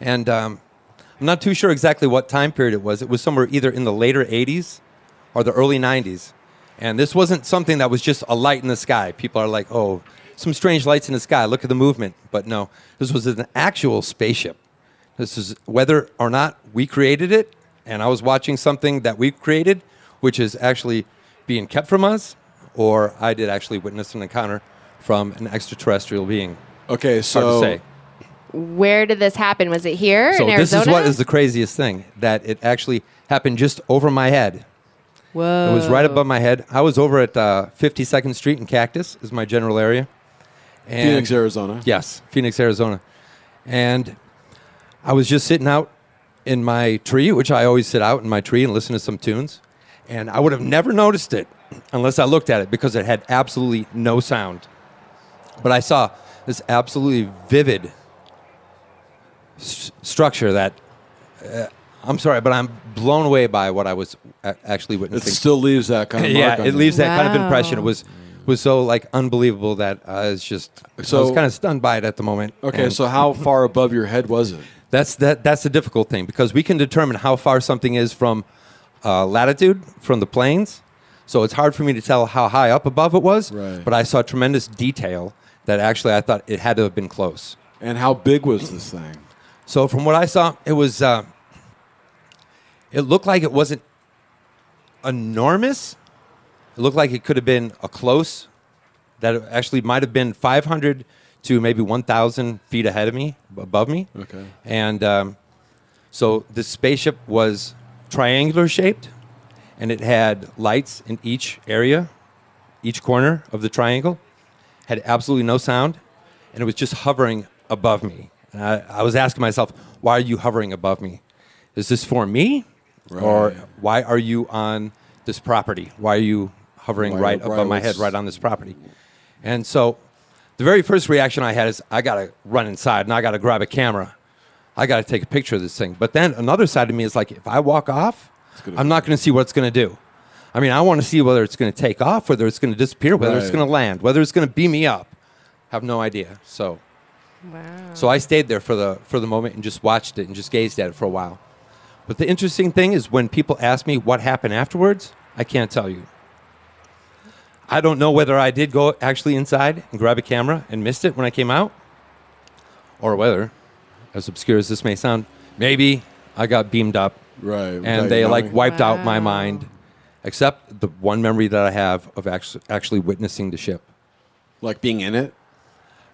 and um, I'm not too sure exactly what time period it was. It was somewhere either in the later '80s or the early '90s, and this wasn't something that was just a light in the sky. People are like, "Oh, some strange lights in the sky. Look at the movement." But no, this was an actual spaceship. This is whether or not we created it, and I was watching something that we created, which is actually being kept from us, or I did actually witness an encounter from an extraterrestrial being. Okay, Hard so- to say. Where did this happen? Was it here So in this Arizona? is what is the craziest thing that it actually happened just over my head. Whoa. It was right above my head. I was over at uh, 52nd Street in Cactus, is my general area. Phoenix, Arizona. Yes, Phoenix, Arizona. And I was just sitting out in my tree, which I always sit out in my tree and listen to some tunes. And I would have never noticed it unless I looked at it because it had absolutely no sound. But I saw this absolutely vivid s- structure that uh, I'm sorry, but I'm blown away by what I was a- actually witnessing. still leaves that kind of yeah, mark on it you. leaves that kind of Wow. impression. It was was so like unbelievable that uh, it's just I was So- kind of stunned by it at the moment. Okay, so how far above your head was it? That's that. That's the difficult thing because we can determine how far something is from uh, latitude from the planes. So it's hard for me to tell how high up above it was. Right. But I saw tremendous detail that actually I thought it had to have been close. And how big was this thing? So from what I saw, it was. Uh, it looked like it wasn't enormous. It looked like it could have been a close that it actually might have been 500 to maybe 1,000 feet ahead of me, above me. Okay. And um, so the spaceship was triangular shaped and it had lights in each area, each corner of the triangle, had absolutely no sound, and it was just hovering above me. And I, I was asking myself, why are you hovering above me? Is this for me? Or why are you on this property? Why are you hovering Why- right why above my was- head, right on this property? And so the very first reaction I had is I got to run inside and I got to grab a camera. I got to take a picture of this thing. But then another side of me is like, if I walk off, I'm not going to see what it's going to do. I mean, I want to see whether it's going to take off, whether it's going to disappear, whether it's Right. going to land, whether it's going to beam me up. Have no idea. So, so I stayed there for the for the moment and just watched it and just gazed at it for a while. But the interesting thing is when people ask me what happened afterwards, I can't tell you. I don't know whether I did go actually inside and grab a camera and missed it when I came out, or whether, as obscure as this may sound, maybe I got beamed up. Right. And without they your like knowing. wiped out my mind, except the one memory that I have of actually, actually witnessing the ship. Like being in it?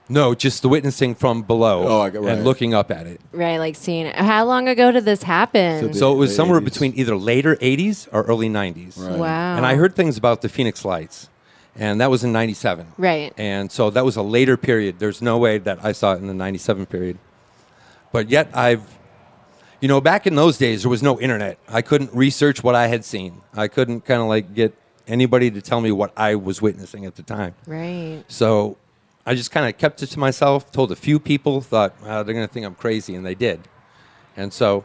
No, just the witnessing from below Oh, I get- right. and looking up at it. Right, like seeing it. How long ago did this happen? So it was somewhere between either later 80s or early 90s. Right. Wow. And I heard things about the Phoenix Lights, and that was in 97. Right. And so that was a later period. There's no way that I saw it in the 97 period. But yet I've, you know, back in those days, there was no internet. I couldn't research what I had seen, I couldn't kind of like get anybody to tell me what I was witnessing at the time. Right. So I just kind of kept it to myself, told a few people, thought, "Ah, they're going to think I'm crazy, and they did. And so,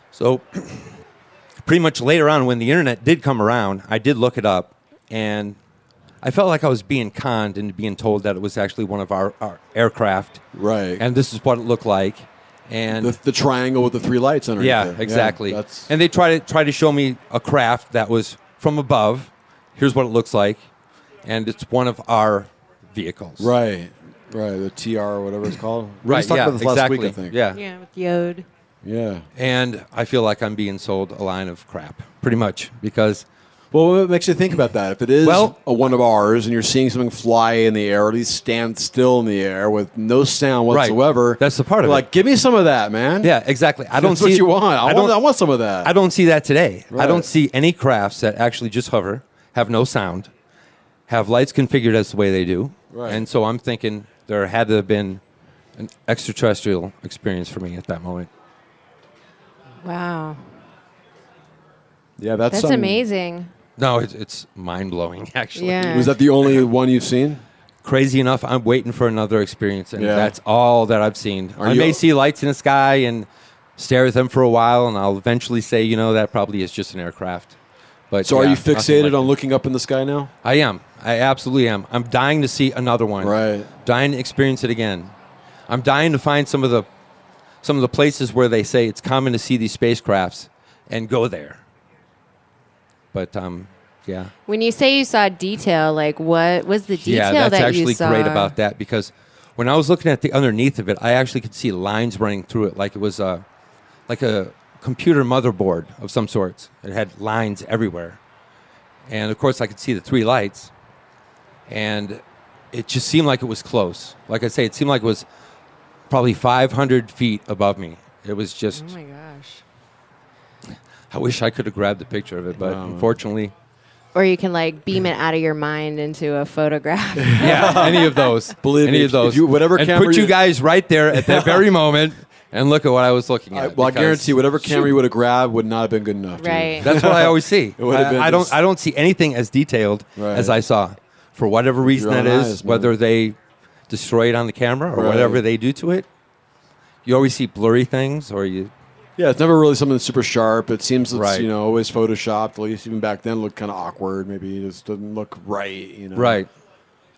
so pretty much later on when the internet did come around, I did look it up, and I felt like I was being conned into being told that it was actually one of our, our aircraft. Right. And this is what it looked like. And The, the triangle with the three lights underneath. yeah, there. exactly. that's- and they try to try to show me a craft that was from above. Here's what it looks like, and it's one of our vehicles. right, right. The TR or whatever it's called. We Right. just talked yeah. about this last exactly. week, I think. Yeah. Yeah, with Yod. Yeah. And I feel like I'm being sold a line of crap, pretty much, because Well, what makes you think about that? If it is a one of ours and you're seeing something fly in the air, or at least stand still in the air with no sound Right. whatsoever, that's the part of like, it. give me some of that, man. Yeah, exactly. I don't That's see what you want. I want that- I want some of that. I don't see that today. I Right. don't see any crafts that actually just hover, have no sound, have lights configured as the way they do. Right. And so I'm thinking there had to have been an extraterrestrial experience for me at that moment. Wow. Yeah, That's, something- amazing. No, it's, it's mind blowing actually. Yeah. Was that the only one you've seen? Crazy enough, I'm waiting for another experience, and Yeah. that's all that I've seen. Are I you- may see lights in the sky and stare at them for a while, and I'll eventually say, you know, that probably is just an aircraft. But so, are yeah, you nothing fixated like on looking up in the sky now? I am. I absolutely am. I'm dying to see another one. Right. Dying to experience it again. I'm dying to find some of the some of the places where they say it's common to see these spacecrafts and go there. But um, yeah. When you say you saw detail, like what was the detail Yeah, that's that actually you saw? great about that because when I was looking at the underneath of it, I actually could see lines running through it, like it was a like a computer motherboard of some sorts. It had lines everywhere, and of course, I could see the three lights, and it just seemed like it was close. Like I say, it seemed like it was probably 500 feet above me. It was just. Oh my gosh. I wish I could have grabbed a picture of it, but Wow. unfortunately, Or you can like beam it out of your mind into a photograph. yeah, any of those. Believe any me, of those. if you- whatever and camera put you you- guys right there at that very moment, and look at what I was looking at. I, well, I because- guarantee whatever camera you Shoot. would have grabbed would not have been good enough. dude. Right. That's what I always see. It would've I, been I don't. just- I don't see anything as detailed Right. as I saw, for whatever reason Your that own is. eyes, man. whether they destroy it on the camera or Right. whatever they do to it, you always see blurry things, or you. Yeah, it's never really something that's super sharp. It seems it's Right. you know always photoshopped. At least even back then, it looked kind of awkward. Maybe it just doesn't look right. You know, Right.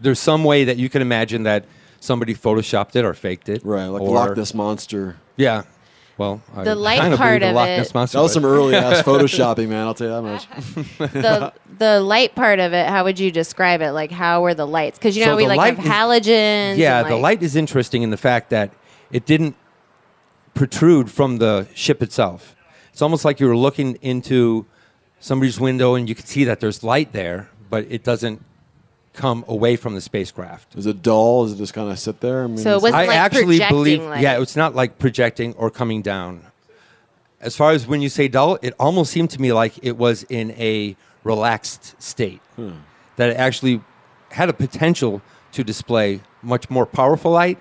There's some way that you can imagine that somebody photoshopped it or faked it. Right, like the or- Loch Ness monster. Yeah. Well, I The light kinda part believe the of Loch it- Ness monster That was was- some early ass photoshopping, man. I'll tell you that much. the the light part of it. How would you describe it? Like how were the lights? Because you know So we the like have light is- halogens. Yeah, and, the like- light is interesting in the fact that it didn't protrude from the ship itself. It's almost like you were looking into somebody's window and you could see that there's light there, but it doesn't come away from the spacecraft. Is it dull? Is it just kind of sit there? I mean, So it wasn't I like actually projecting believe, light. yeah, it's not like projecting or coming down. As far as when you say dull, it almost seemed to me like it was in a relaxed state, Hmm. that it actually had a potential to display much more powerful light.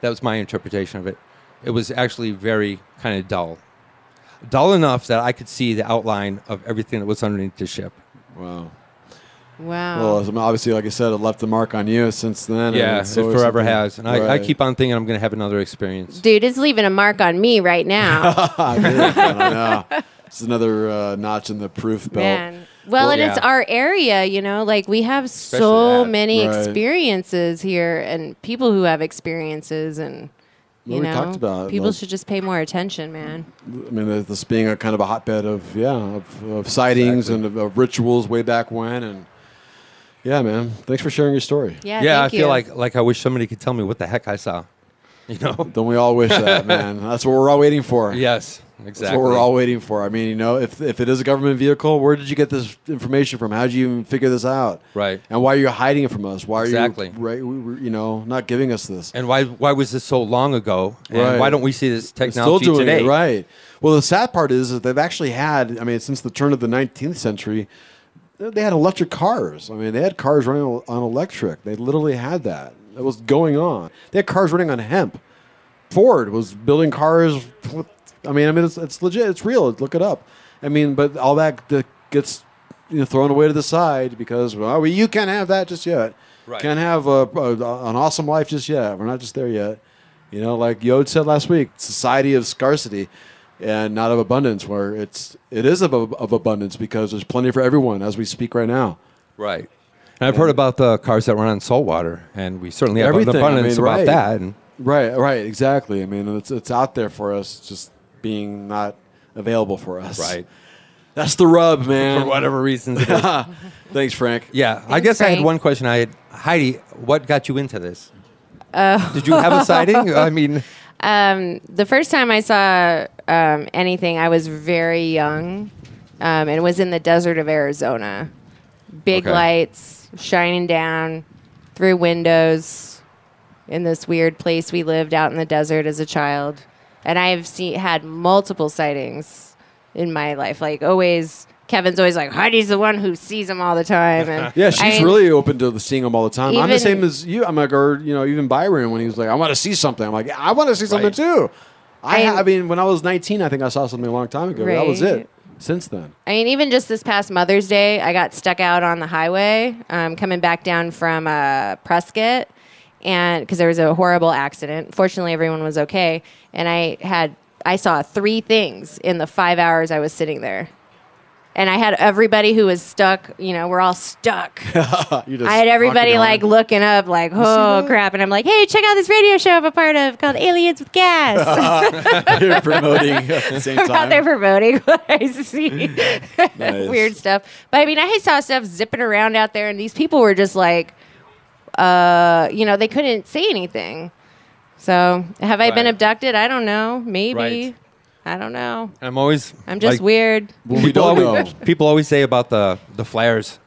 That was my interpretation of it. It was actually very kind of dull. Dull enough that I could see the outline of everything that was underneath the ship. Wow. Wow. Well, it's- obviously, like I said, it left a mark on you since then. and yeah, it it's always forever something- has. And I, I Right. keep on thinking I'm going to have another experience. Dude, it's leaving a mark on me right now. I really don't know. It's another uh, notch in the proof belt. Man. Well, and it's yeah. our area, you know, like we have Especially so that. many Right. experiences here and people who have experiences and Well, we you know, talked about it, people like- should just pay more attention, man. I mean, th- this being a kind of a hotbed of yeah, of, of sightings and of, of rituals way back when, and yeah, man. Thanks for sharing your story. Yeah, yeah, I thank feel you. like like I wish somebody could tell me what the heck I saw. You know, Don't we all wish that, man? That's what we're all waiting for. Yes, That's what we're exactly. all waiting for. I mean, you know, if if it is a government vehicle, where did you get this information from? How did you even figure this out? Right. And why are you hiding it from us? Why are Exactly. you right? we- we- You know, not giving us this. And why why was this so long ago? And Right. why don't we see this They're technology still doing today? It, right. Well, the sad part is that they've actually had. I mean, since the turn of the 19th century, they had electric cars. I mean, they had cars running on on electric. They literally had that. That was going on. They had cars running on hemp. Ford was building cars. With, I mean, I mean, it's, it's legit. It's real. Look it up. I mean, but all that that gets you know, thrown away to the side because well, we- you can't have that just yet. Right. Can't have a, a, an awesome life just yet. We're not just there yet. You know, like Yod said last week, society of scarcity and not of abundance, where it's it is of, of abundance because there's plenty for everyone as we speak right now. Right. And I've heard about the cars that run on salt water, and we certainly have Everything. I an mean, abundance about right. that. And right, right, exactly. I mean, it's it's out there for us, just being not available for us. Right. That's the rub, man. For whatever reasons. Thanks, Frank. Yeah, I guess I had one question. I had Heidi, what got you into this? Oh. Did you have a sighting? I mean, Um, the first time I saw um, anything, I was very young um, and was in the desert of Arizona. Big Okay. lights shining down through windows in this weird place we lived out in the desert as a child. And I've seen had multiple sightings in my life. Like always, Kevin's always like Heidi's the one who sees them all the time. And Yeah, she's I mean, really open to the seeing them all the time. I'm the Even- same as you. I'm like, or you know, even Byron when he was like, I want to see something. I'm like, I want to see something too. I, ha- I mean, when I was 19, I think I saw something a long time ago. but That was Right. it. Since then, I mean, even just this past Mother's Day, I got stuck out on the highway um, coming back down from uh, Prescott, and because there was a horrible accident. Fortunately, everyone was okay, and I had I saw three things in the five hours I was sitting there, and I had everybody who was stuck. You know, we're all stuck. you I had everybody like looking up, like, oh crap, and I'm like, hey, check out this radio show I'm a part of called Aliens with Gas. You're promoting at the same I'm out there time. promoting what I see. Nice. Weird stuff. But I mean, I saw stuff zipping around out there, and these people were just like, uh, you know, they couldn't say anything. So, have I been Right. abducted? I don't know. Maybe. Right. I don't know. I'm always. I'm just like, weird. people always, People always say about the the flares.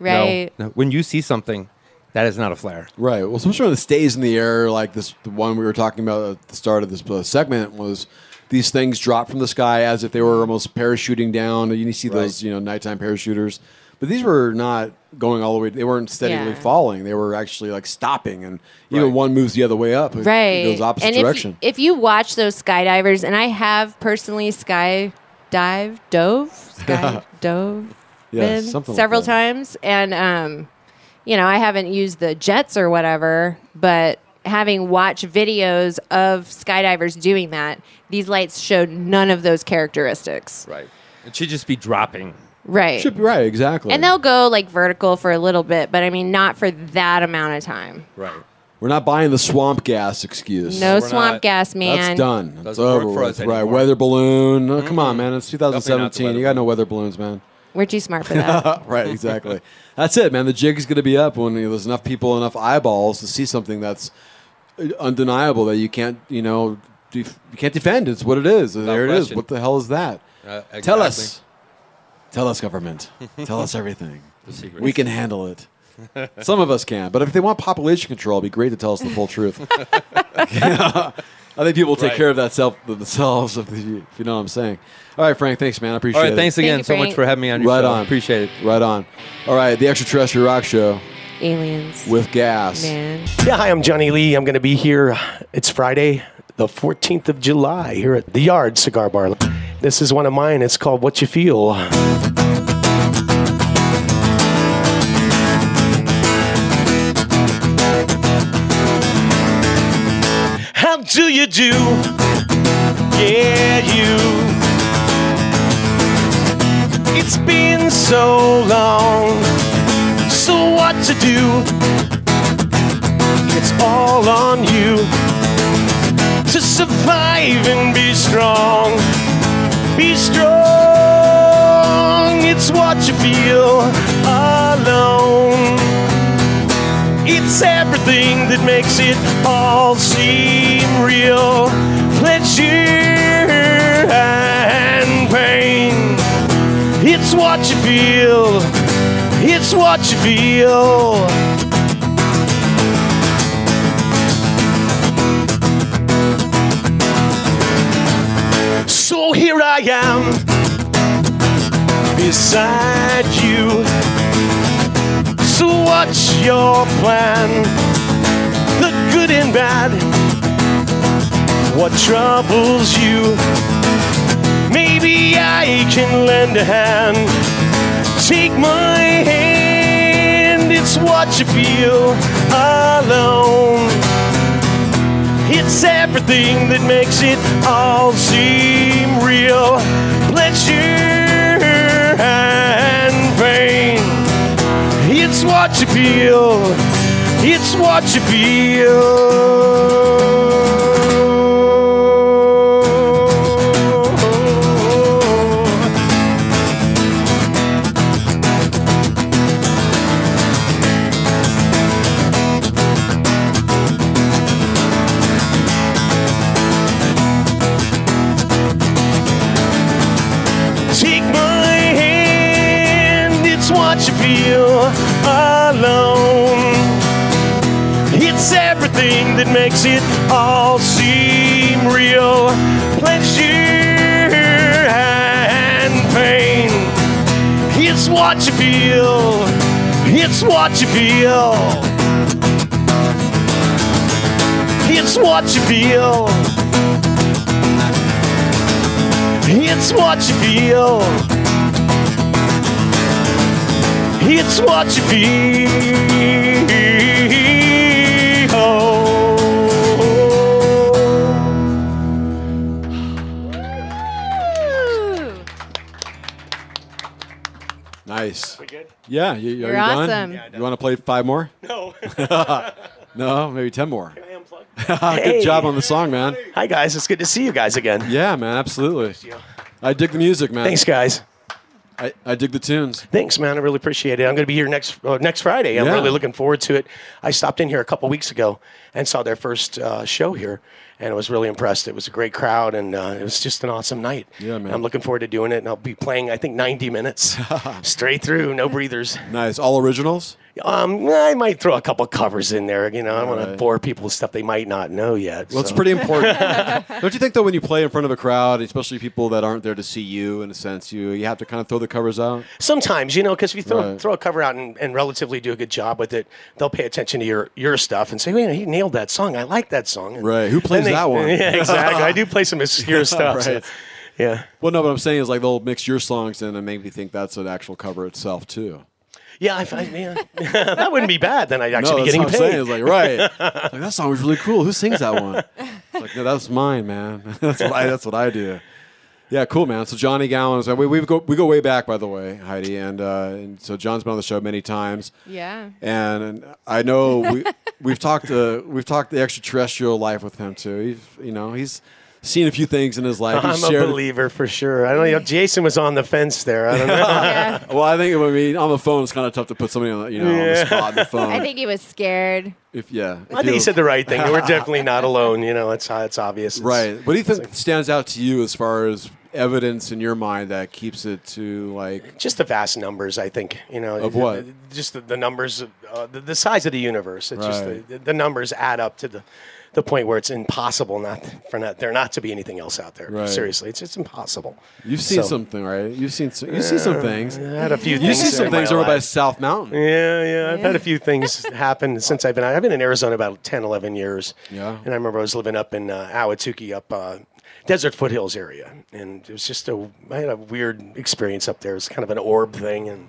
No, Right. no, when you see something, that is not a flare. Right. Well, some sort of stays in the air, like this, the one we were talking about at the start of this uh, segment was these things drop from the sky as if they were almost parachuting down. You see those, you know, nighttime parachuters, but these were not going all the way. They weren't steadily Yeah. falling. They were actually like stopping, and even one moves the other way up. It Right. goes opposite and direction. If you, if you watch those skydivers, and I have personally sky dive, dove, sky dove, Yeah, been something like several that. times, and um, you know, I haven't used the jets or whatever, but having watched videos of skydivers doing that, these lights showed none of those characteristics. Right. It should just be dropping. Right. Should be right. Exactly. And they'll go like vertical for a little bit, but I mean, not for that amount of time. right. We're not buying the swamp gas excuse. No We're swamp not. gas, man. That's done. It's Doesn't work over for with. us Right. anymore. Mm-hmm. Weather balloon. Oh, Come on, man. It's Definitely not the 2017. You got no weather balloons, man. We're too smart for that. right, exactly. That's it, man. The jig is going to be up when you know, there's enough people, enough eyeballs to see something that's uh, undeniable that you can't, you know, def- you can't defend. It's what it is. there it is. question. What the hell is that? Uh, Tell exactly. us. Tell us, government. Tell us everything. The secrets. we can handle it. Some of us can, but if they want population control, it'd be great to tell us the full truth. I think people will take Right. care of that self themselves, if you, if you know what I'm saying. All right, Frank. Thanks, man. I appreciate All right, it. thanks Thank again you, so much Frank. for having me on your right show. on. Appreciate it. Right on. All right, the Extraterrestrial Rock Show Aliens. with gas. Man. Yeah, hi, I'm Johnny Lee. I'm going to be here. It's Friday, the 14th of July, here at the Yard Cigar Bar. This is one of mine. It's called What You Feel. How do you do? Yeah, you. It's been so long. So what to do? It's all on you to survive and be strong. Be strong. It's what you feel alone. It's everything that makes it all seem real. Pleasure and pain. It's what you feel. It's what you feel. So here I am beside you. So what's your plan? The good and bad. What troubles you? Maybe I can lend a hand. Take my hand. It's what you feel alone. It's everything that makes it all seem real. Pleasure and pain. what you feel. It's what you feel. Take my hand, it's what you feel alone. It's everything that makes it all seem real. Pleasure and pain. It's what you feel, it's what you feel. It's what you feel. It's what you feel. It's what you feel. Nice. We good? Yeah, you, You're are you done? awesome. Yeah, I'm you want to play five more? No. no, maybe ten more. Hey. good job on the song, man. Hi guys, it's good to see you guys again. Yeah, man, absolutely. I dig the music, man. Thanks, guys. I, I dig the tunes. Thanks, man. I really appreciate it. I'm going to be here next uh, next Friday. I'm Yeah. really looking forward to it. I stopped in here a couple weeks ago and saw their first uh, show here, and I was really impressed. It was a great crowd, and uh, it was just an awesome night. Yeah, man. I'm looking forward to doing it, and I'll be playing. I think 90 minutes straight through, no breathers. Nice. All originals. Um, I might throw a couple covers in there. You know, I don't want Alright. to bore people with stuff they might not know yet. Well, it's so. pretty important. Don't you think though, when you play in front of a crowd, especially people that aren't there to see you, in a sense, you you have to kind of throw the covers out. Sometimes, you know, because if you throw, Right. throw a cover out and, and relatively do a good job with it, they'll pay attention to your, your stuff and say, well, you know, he nailed that song. I like that song. And Right. Who plays then that one? Yeah, exactly. I do play some obscure Yeah, stuff. so- right. Yeah. Well, no, what I'm saying is like they'll mix your songs in and make me think that's an actual cover itself too. yeah, I find, yeah. that wouldn't be bad. Then I'd actually no, be getting that's what paid. I'm saying. It's like right, like that song was really cool. Who sings that one? It's like no, that's mine, man. that's what I. That's what I do. Yeah, cool, man. So Johnny Gowan, so we we go we go way back, by the way, Heidi, and uh, and so John's been on the show many times. Yeah. and, and I know we, we've talked uh, we've talked the extraterrestrial life with him too. He's you know he's seen a few things in his life. I'm He's a shared- believer for sure. I don't know. Jason was on the fence there. I don't know. well, I think I mean on the phone it's kind of tough to put somebody on the, you know on the Yeah. spot on the phone. I think he was scared. if yeah, I think he said the right thing. We're definitely not alone. You know, it's, uh, it's obvious. It's- right. What do you think stands out to you as far as evidence in your mind that keeps it to like just the vast numbers? I think you know Of what? Just the, the numbers, of, uh, the, the size of the universe. It's just Right. the, the numbers add up to the, the point where it's impossible not for not there not to be anything else out there. Right. Seriously, it's it's impossible. You've seen So- something, right? You've seen some, you've seen some Uh, things. I had a few You've things seen some in my things over by life. South Mountain. Yeah, yeah. I've had a few things happen since I've been out. I've been in Arizona about 10, 11 years. Yeah. And I remember I was living up in uh, Awatuki, up uh, desert foothills area. And it was just a, I had a weird experience up there. It was kind of an orb thing and,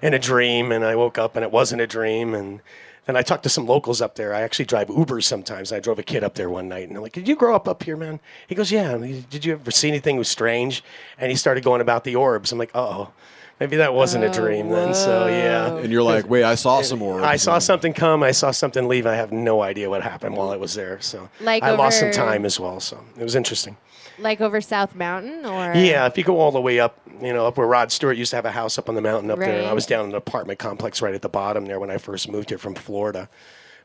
and a dream. And I woke up and it wasn't a dream. And then I talked to some locals up there. I actually drive Ubers sometimes. I drove a kid up there one night and I'm like, Did you grow up up here, man? He goes, Yeah. And he- Did you ever see anything was strange? And he started going about the orbs. I'm like, Uh oh. Maybe that wasn't Oh, a dream then. So, yeah. And you're like, wait, I saw some more. I saw something come. I saw something leave. I have no idea what happened while I was there. So Like I lost some over- time as well. So it was interesting. Like over South Mountain or Yeah, if you go all the way up, you know, up where Rod Stewart used to have a house up on the mountain up there. I Right. was down in an apartment complex right at the bottom there when I first moved here from Florida.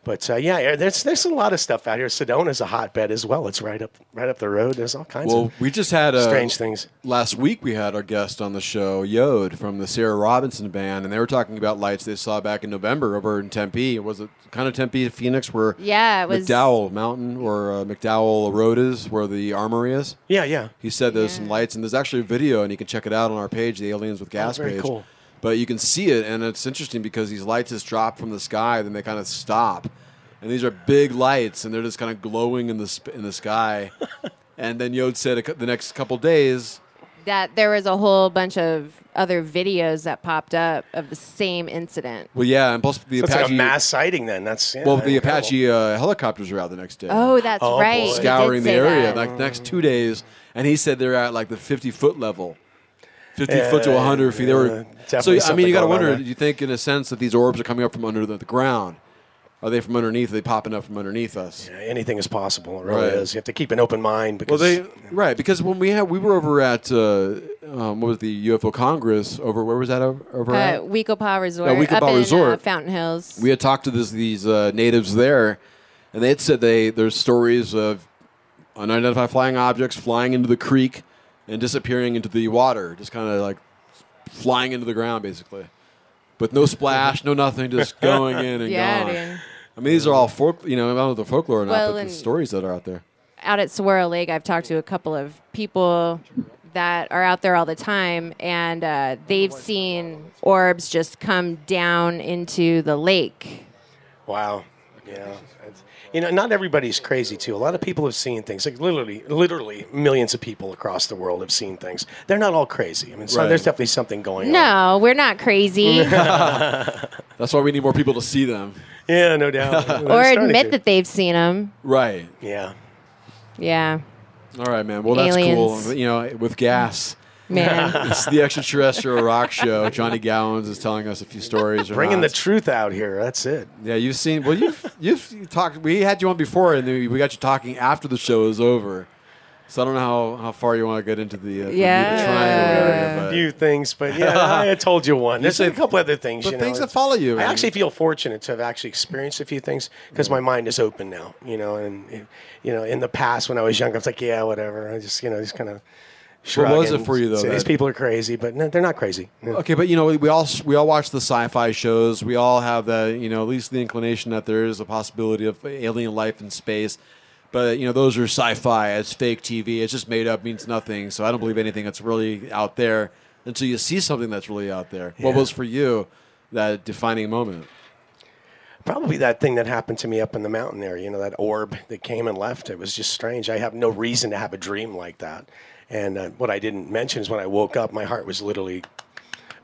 But uh, yeah, there's there's a lot of stuff out here. Sedona's a hotbed as well. It's right up right up the road. There's all kinds Well, of we just had a strange things. Last week we had our guest on the show, Yod from the Sarah Robinson band, and they were talking about lights they saw back in November over in Tempe. Was it kind of Tempe, Phoenix, where Yeah, it was- McDowell Mountain or uh, McDowell Road is, where the armory is. Yeah, yeah. He said there's some lights, and there's actually a video, and you can check it out on our page, the Aliens with Gas Oh, very page. cool. But you can see it, and it's interesting because these lights just drop from the sky, then they kind of stop, and these are big lights, and they're just kind of glowing in the sp- in the sky. and then Yod said a cou- the next couple days, that there was a whole bunch of other videos that popped up of the same incident. well, yeah, and plus the So it's like Apache a mass sighting then. That's yeah, well, the incredible. Apache uh, helicopters are out the next day. Oh, that's Oh, right. boy. He did Scouring the say area that. like next two days, and he said they're at like the 50 foot level. 50 foot to 100 feet. They were. Yeah, so, I definitely mean, you got something to going on wonder there. do you think, in a sense, that these orbs are coming up from under the, the ground? Are they from underneath? Are they popping up from underneath us? anything is possible. It really is. You have to keep an open mind because right because when we had we were over at uh, um, what was the UFO Congress over where was that over, over Uh, at? Wico Paw Resort. Wico up Paw in, uh, Resort. Fountain Hills. we had talked to this, these uh, natives there, and they had said they there's stories of unidentified flying objects flying into the creek and disappearing into the water, just kind of like flying into the ground, basically, with no splash, no nothing, just going in and Yeah, gone. dude. I mean, these are all folk. You know, I don't know if they're folklore or not, Well, but and- the stories that are out there. out at Saguaro Lake, I've talked to a couple of people that are out there all the time, and uh, they've seen orbs just come down into the lake. Wow. Yeah. It's- You know, not everybody's crazy too. A lot of people have seen things. Like literally, literally, millions of people across the world have seen things. They're not all crazy. I mean, so Right. there's definitely something Oh, going No, we're not crazy. That's why we need more people to see them. Yeah, no doubt. or admit that they've seen them. Right. Yeah. Yeah. All right, man. Well, that's cool. Aliens. You know, with gas. Man. it's the extraterrestrial rock show. Johnny Gowans is telling us a few stories. on. Bringing the not. truth out here. That's it. yeah, you've seen. Well, you've you've talked. We had you on before, and then we got you talking after the show is over. So I don't know how, how far you want to get into the uh, Yeah. Bermuda Triangle area, A but few things, but yeah, I told you one. You There's a said- couple other things. but you know, things that it's- follow you, I and- actually feel fortunate to have actually experienced a few things because my mind is open now. You know, and it- you know, in the past when I was young, I was like, yeah, whatever. I just you know, just kind of. What was it for you, though, These that- people are crazy, but no, they're not crazy. Okay, but you know we all we all watch the sci-fi shows. We all have the you know at least the inclination that there is a possibility of alien life in space. But you know those are sci-fi. It's fake TV. It's just made up. Means nothing. So I don't believe anything that's really out there until you see something that's really out there. What Yeah. was for you that defining moment? Probably that thing that happened to me up in the mountain there, you know, that orb that came and left. It was just strange. I have no reason to have a dream like that. And uh, what I didn't mention is when I woke up, my heart was literally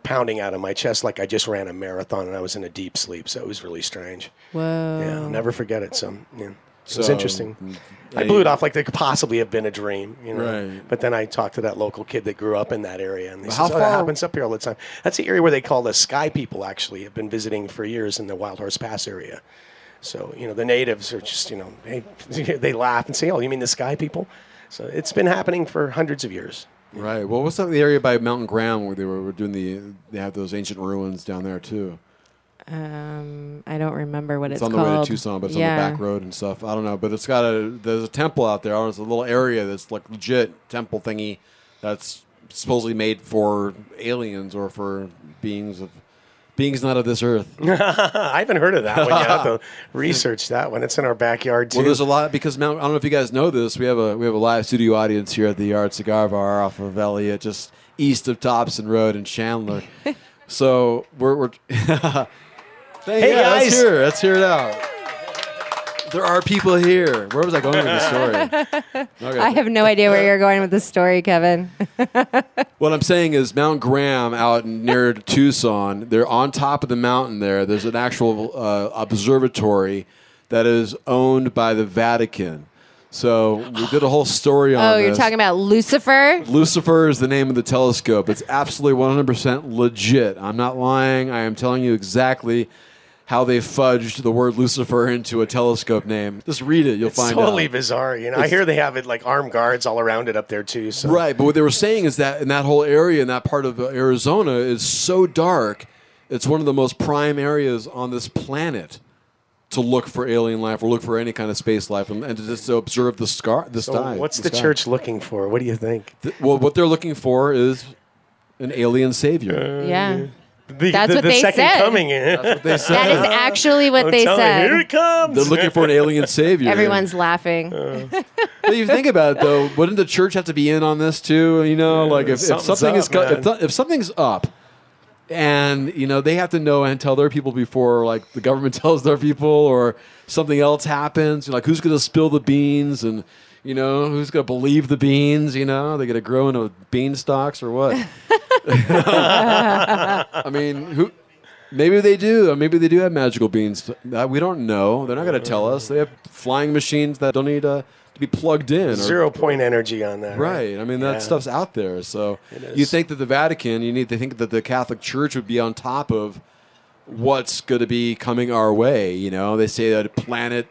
pounding out of my chest like I just ran a marathon and I was in a deep sleep. So it was really strange. Whoa. Yeah, I'll never forget it. So, yeah. It was So, interesting. mm, I I- blew it off like there could possibly have been a dream, you know. Right. But then I talked to that local kid that grew up in that area, and they How says, "Oh, that far- happens up here all the time." That's the area where they call the sky people. Actually, have been visiting for years in the Wild Horse Pass area. So you know, the natives are just you know, they, they laugh and say, "Oh, you mean the sky people?" So it's been happening for hundreds of years. Right. Well, what's up the area by Mountain Graham where they were, were doing the they have those ancient ruins down there too. Um, I don't remember what it's, on the called. way to Tucson, but it's yeah. on the back road and stuff. I don't know, but it's got a there's a temple out there. There's a little area that's like legit temple thingy that's supposedly made for aliens or for beings of beings not of this earth. I haven't heard of that one. yet. I'll have to research that one. It's in our backyard too. Well, there's a lot because Mount, I don't know if you guys know this. We have a we have a live studio audience here at the Yard Cigar Bar off of Elliott, just east of Thompson Road in Chandler. so we're, we're hey, Hey, yeah, guys. let's hear it. let's hear it out. There are people here. Where was I going with this story? Okay. I have no idea where you're going with this story, Kevin. What I'm saying is Mount Graham out near Tucson. They're on top of the mountain there. There's an actual uh, observatory that is owned by the Vatican. So we did a whole story on. oh, you're this. talking about Lucifer? Lucifer is the name of the telescope. It's absolutely 100% legit. I'm not lying. I am telling you exactly how they fudged the word Lucifer into a telescope name. Just read it. You'll it's find totally out. bizarre. You know, I It's- hear they have it like armed guards all around it up there too. So Right, but what they were saying is that in that whole area, in that part of uh, Arizona, is so dark. It's one of the most prime areas on this planet to look for alien life or look for any kind of space life, and, and to just observe the scar, the So sky. what's the, sky. church looking for? What do you think? Th- well, what they're looking for is an alien savior. Uh, Yeah. The, That's the, what the they second said. coming. That's what they That is actually what I'm they telling you, said. here it comes. Uh. They're looking for an alien savior. Everyone's laughing. But you think about it though, wouldn't the church have to be in on this too? You know, like if, if something's something is up, co- if, man. th- if something's up, and you know they have to know and tell their people before like the government tells their people, or something else happens. Like who's going to spill the beans, and you know who's going to believe the beans? You know they going to grow into bean stocks or what? I mean, who? Maybe they do. Or maybe they do have magical beans. That we don't know. They're not going to tell us. They have flying machines that don't need uh, to be plugged in. or- Zero point energy on that. Right. I mean, that Yeah. stuff's out there. So It you is. think that the Vatican, you need to think that the Catholic Church would be on top of what's going to be coming our way. You know, they say that a planet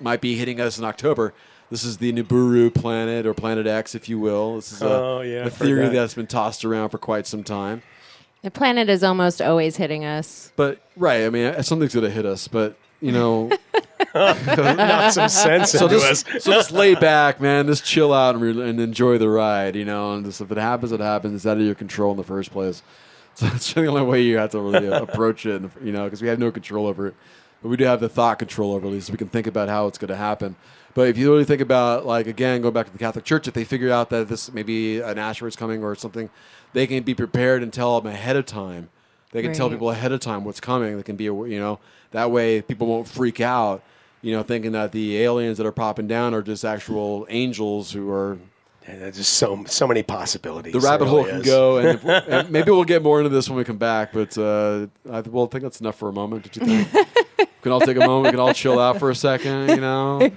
might be hitting us in October. This is the Nibiru planet or Planet X, if you will. This is a, Oh, yeah, a I've heard theory that. that's been tossed around for quite some time. The planet is almost always hitting us. But right, I mean, something's going to hit us. But you know, Knock some sense so into just, us. so just lay back, man. Just chill out and, re- and enjoy the ride. You know, and just if it happens, it happens. It's out of your control in the first place. So that's the only way you have to really uh, approach it. and, You know, because we have no control over it, but we do have the thought control over it. At least we can think about how it's going to happen. But if you really think about, like again, going back to the Catholic Church, if they figure out that this maybe an asteroid's coming or something, they can be prepared and tell them ahead of time. They can tell Right. people people ahead of time what's coming. They can be, aw- you know, that way people won't freak out, you know, thinking that the aliens that are popping down are just actual angels who are. there's just so so many possibilities. The rabbit There hole really can is. go, and, if- and maybe we'll get more into this when we come back. But uh, I th- well, I think that's enough for a moment. Did you think? we can all take a moment. We can all chill out for a second. You know,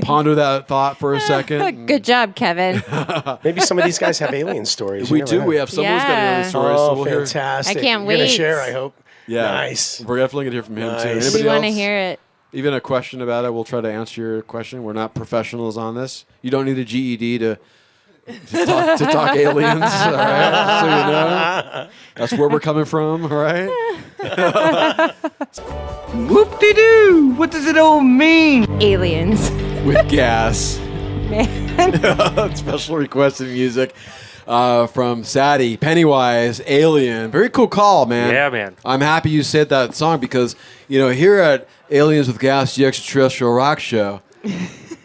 ponder that thought for a second. Oh, Good job, Kevin. Maybe some of these guys have alien stories. We You never do. know. We have someone's got Yeah. alien stories. Oh, so we'll hear- fantastic! I can't You're gonna wait. share, I hope. Yeah, Nice. We're definitely gonna hear from him too. Nice. Anybody we want to else? hear it. even a question about it, we'll try to answer your question. We're not professionals on this. You don't need a GED to to talk, to talk aliens. All right, so you know that's where we're coming from. All right, Whoop de doo! What does it all mean? Aliens. with gas. Man. Special requested music uh, from Sadie Pennywise Alien. Very cool call, man. Yeah, man. I'm happy you said that song because you know here at Aliens with Gas, the extraterrestrial rock show,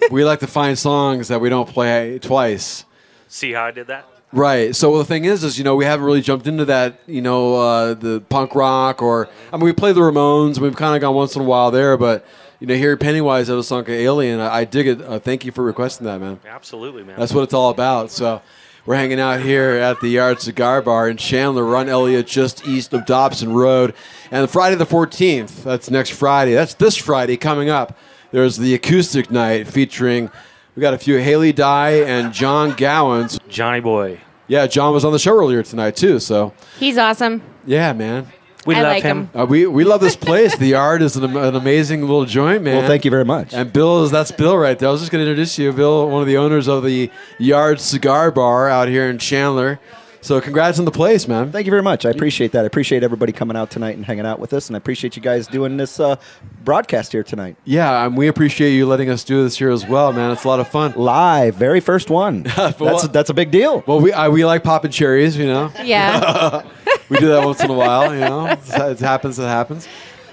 we like to find songs that we don't play twice. See how I did that? Right. So the thing is, is you know we haven't really jumped into that, you know, uh, the punk rock or I mean we play the Ramones. We've kind of gone once in a while there, but you know here at Pennywise that was song called Alien. I, I dig it. Uh, thank you for requesting that, man. Absolutely, man. That's what it's all about. So we're hanging out here at the Yard Cigar Bar in Chandler, Run Elliott, just east of Dobson Road. And Friday the 14th, that's next Friday. That's this Friday coming up. There's the acoustic night featuring, we got a few Haley Dye and John Gowans. Johnny Boy. Yeah, John was on the show earlier tonight, too. So, He's awesome. yeah, man. We I love like him. Uh, we, we love this place. the Yard is an, am- an amazing little joint, man. Well, thank you very much. And Bill is that's Bill right there. I was just going to introduce you, Bill, one of the owners of the Yard Cigar Bar out here in Chandler. So congrats on the place, man. Thank you very much. I appreciate that. I appreciate everybody coming out tonight and hanging out with us, and I appreciate you guys doing this uh, broadcast here tonight. Yeah, and we appreciate you letting us do this here as well, man. It's a lot of fun. Live, very first one. that's that's a big deal. Well, we I, we like popping cherries, you know. Yeah. we do that once in a while, you know. It's- It happens. It happens.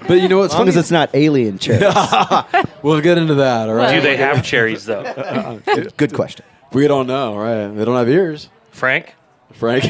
But you know what's As long funny as it's not alien cherries. we'll get into that. All right. Do they have cherries though? Good- good question. We don't know, right? They don't have ears. Frank. Frank.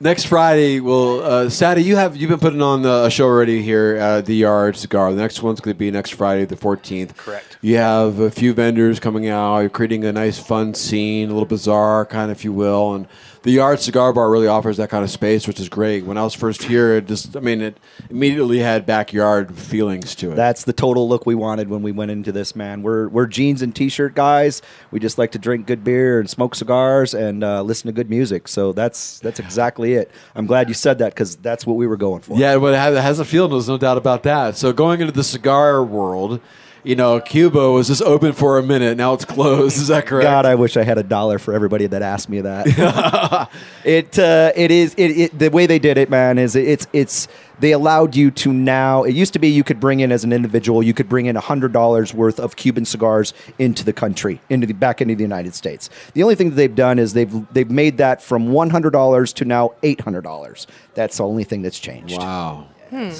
Next Friday, we'll uh, Sadie. You have you've been putting on the, a show already here at the Yard Cigar. The next one's going to be next Friday, the fourteenth. Correct. You have a few vendors coming out. You're creating a nice, fun scene, a little bizarre kind, if you will. And the Yard Cigar Bar really offers that kind of space, which is great. When I was first here, it just I mean, it immediately had backyard feelings to it. That's the total look we wanted when we went into this, man. We're we're jeans and t-shirt guys. We just like to drink good beer and smoke cigars and uh, listen to good music. So that's that's exactly it. I'm glad you said that because that's what we were going for. Yeah, but it has- it has a feel. There's no doubt about that. So going into the cigar world, you know, Cuba was just open for a minute. Now it's closed. Is that correct? God, I wish I had a dollar for everybody that asked me that. it uh, it is it, it the way they did it, man. Is it, it's it's they allowed you to now. It used to be you could bring in as an individual, you could bring in hundred dollars worth of Cuban cigars into the country, into the back into the United States. The only thing that they've done is they've they've made that from one hundred dollars to now eight hundred dollars. That's the only thing that's changed. Wow. Hmm.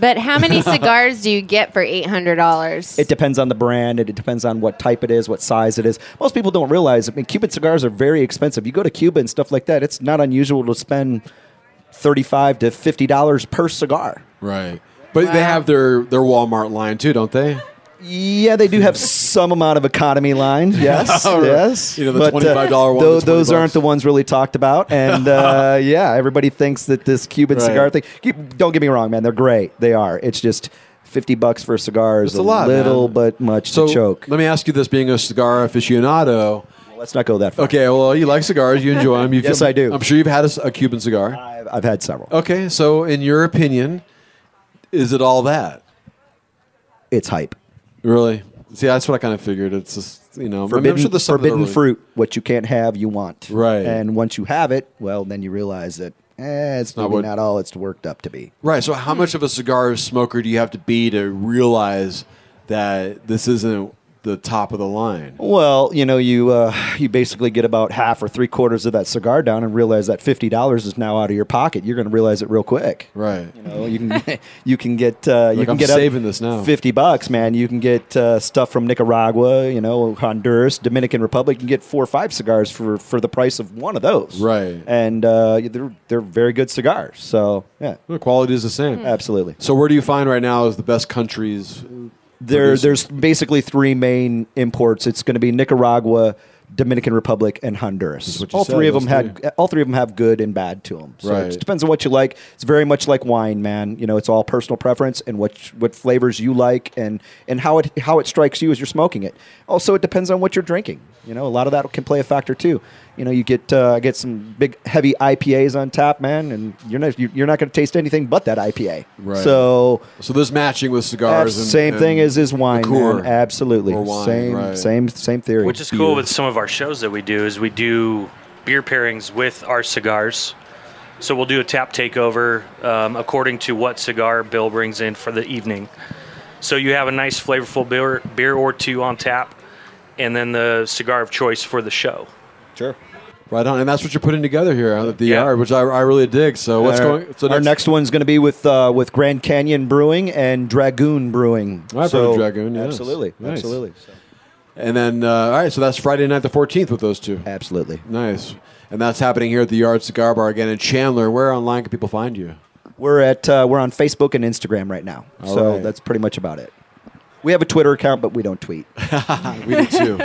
But how many cigars do you get for eight hundred dollars? It depends on the brand. and It depends on what type it is, what size it is. Most people don't realize. I mean, Cuban cigars are very expensive. You go to Cuba and stuff like that. It's not unusual to spend thirty-five to fifty dollars per cigar. Right. But they have their their Walmart line too, don't they? Yeah, they do have some amount of economy line. Yes, All right. yes. You know, the But, $25 uh, one, tho- the those 20 aren't the ones really talked about, and uh, yeah, everybody thinks that this Cuban Right. cigar thing. keep- Don't get me wrong, man. They're great. They are. It's just 50 bucks for cigars. It's a lot, Little man. but much So to choke. let me ask you this: being a cigar aficionado, let's not go that far. Okay, well, you like cigars, you enjoy them. You've, Yes, I do. I'm sure you've had a, c- a Um, Cuban cigar. I've, I've had several. Okay, so in your opinion, is it all that? It's hype. Really? See, that's what I kind of figured. It's just you know, I mean, I'm Forbidden, sure there's some that are forbidden really- fruit. What you can't have, you want. Right. And once you have it, well, then you realize that eh, it's Not maybe what- not all it's worked up to be. Right. So, how much of a cigar smoker do you have to be to realize that this isn't the top of the line? Well, you know, you uh, you basically get about half or three quarters of that cigar down and realize that fifty dollars is now out of your pocket. You're going to realize it real quick. Right. You know, you can you can get uh, you Like, can I'm get up saving this now. fifty bucks, man. You can get uh, stuff from Nicaragua, you know, Honduras, Dominican Republic. You can get four or five cigars for for the price of one of those. Right. And uh, they're they're very good cigars. So yeah, Mm. the quality is the same. Absolutely. So, where do you find right now is the best countries? There, producing? there's basically three main imports. It's going to be Nicaragua, Dominican Republic, and Honduras. you All said, three of those them had all three of them have good and bad to them. So Right. it just depends on what you like. It's very much like wine, man. You know, it's all personal preference and what what flavors you like and and how it how it strikes you as you're smoking it. Also, it depends on what you're drinking. You know, a lot of that can play a factor too. You know, you get uh, get some big heavy IPAs on tap, man, and you're not you- you're not going to taste anything but that IPA. Right. So so there's matching with cigars. Abs- and, same thing and as is wine. liqueur. man. Absolutely. Or wine, same right. same same theory. Which is cool with some of our shows that we do is we do beer pairings with our cigars. So we'll do a tap takeover um, according to what cigar Bill brings in for the evening. So you have a nice flavorful beer, beer or two on tap, and then the cigar of choice for the show. Sure. Right on, and that's what you're putting together here at the yard, which I, I really dig. So what's our, going? So our next- next one's going to be with uh, with Grand Canyon Brewing and Dragoon Brewing. I've heard of Dragoon. yes. Absolutely, Nice. absolutely. And then, uh, all right, so that's Friday night the 14th with those two. Absolutely. Nice. And that's happening here at the Yard Cigar Bar again in Chandler. Where online can people find you? We're at uh, we're on Facebook and Instagram right now, All so right. that's pretty much about it. We have a Twitter account, but we don't tweet. we do too.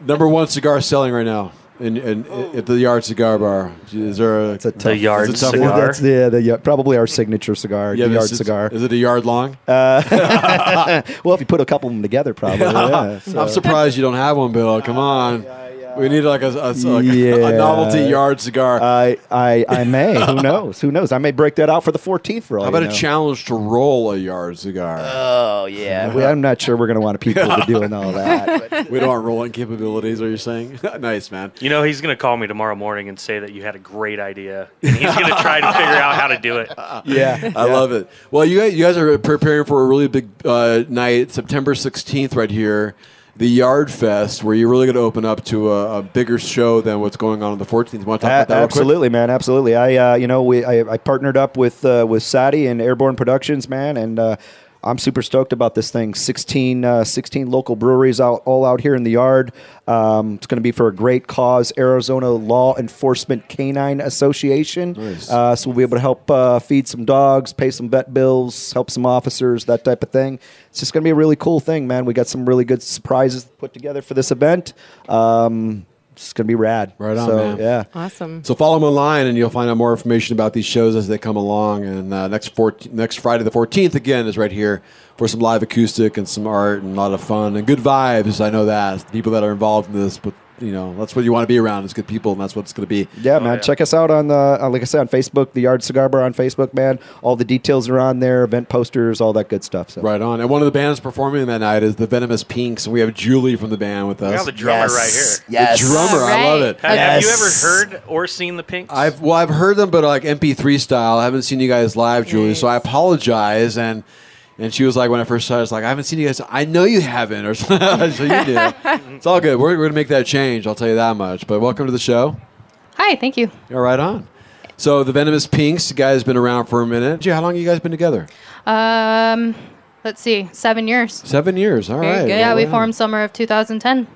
Number one cigar selling right now in, in, at the Yard Cigar Bar. Is there a, Tough. That's a tough one. That's, Is yeah, the, yeah, probably our signature cigar, Yeah, the this yard is- cigar. Is it a yard long? Uh, well, if you put a couple of them together, probably. yeah, so. Ah, I'm surprised you don't have one, Bill. Come on. We need like a, a, a- a novelty Yeah. yard cigar. I, I, I may. Who knows? Who knows? I may break that out for the 14th for all How you about know. a challenge to roll a yard cigar? Oh yeah, we, I'm not sure we're going to want people to be doing all that. we don't want rolling capabilities. Are you saying? nice, man. You know, he's going to call me tomorrow morning and say that you had a great idea. And he's going to try to figure out how to do it. I love it. Well, you guys, you guys are preparing for a really big uh, night, September 16th, right here, the Yard Fest, where you're really going to open up to a, a bigger show than what's going on on the 14th. Want to talk about that? real quick? absolutely, man. Absolutely. I, uh, you know, we I, I partnered up with uh, with Sadi and Airborne Productions, man, and uh, I'm super stoked about this thing. 16, uh, 16 local breweries out all out here in the yard. Um, it's going to be for a great cause, Arizona Law Enforcement Canine Association. Uh, so we'll be able to help uh, feed some dogs, pay some vet bills, help some officers, that type of thing. It's just going to be a really cool thing, man. We got some really good surprises put together for this event. Um, it's going to be rad. Right on, so, man. Yeah. Awesome. So follow them online, and you'll find out more information about these shows as they come along. And uh, next 14, next Friday the fourteenth again is right here for some live acoustic and some art and a lot of fun and good vibes. I know that the people that are involved in this, but you know that's what you want to be around is good people, and that's what it's going to be. Yeah, man. Check us out on the, uh, like I said, on Facebook, the Yard Cigar Bar on Facebook, man. All the details are on there, event posters, all that good stuff. So. Right on. And one of the bands performing that night is the Venomous Pinks, and we have Julie from the band with us. We have the drummer right here. The drummer, I love it. Have, have you ever heard or seen the Pinks? I've well, I've heard them, but like MP3 style. I haven't seen you guys live, Julie. So I apologize. And and she was like, when I first started, I was like, I haven't seen you guys. I know you haven't, or so you do. It's all good. We're, we're gonna make that change. I'll tell you that much. But welcome to the show. Hi, thank you. You're right on. So the Venomous Pinks, you guys been around for a minute. Gee, How long you guys been together? Um, let's see, seven years. Seven years. All right. Very good. Yeah, Well, we wow. formed summer of 2010.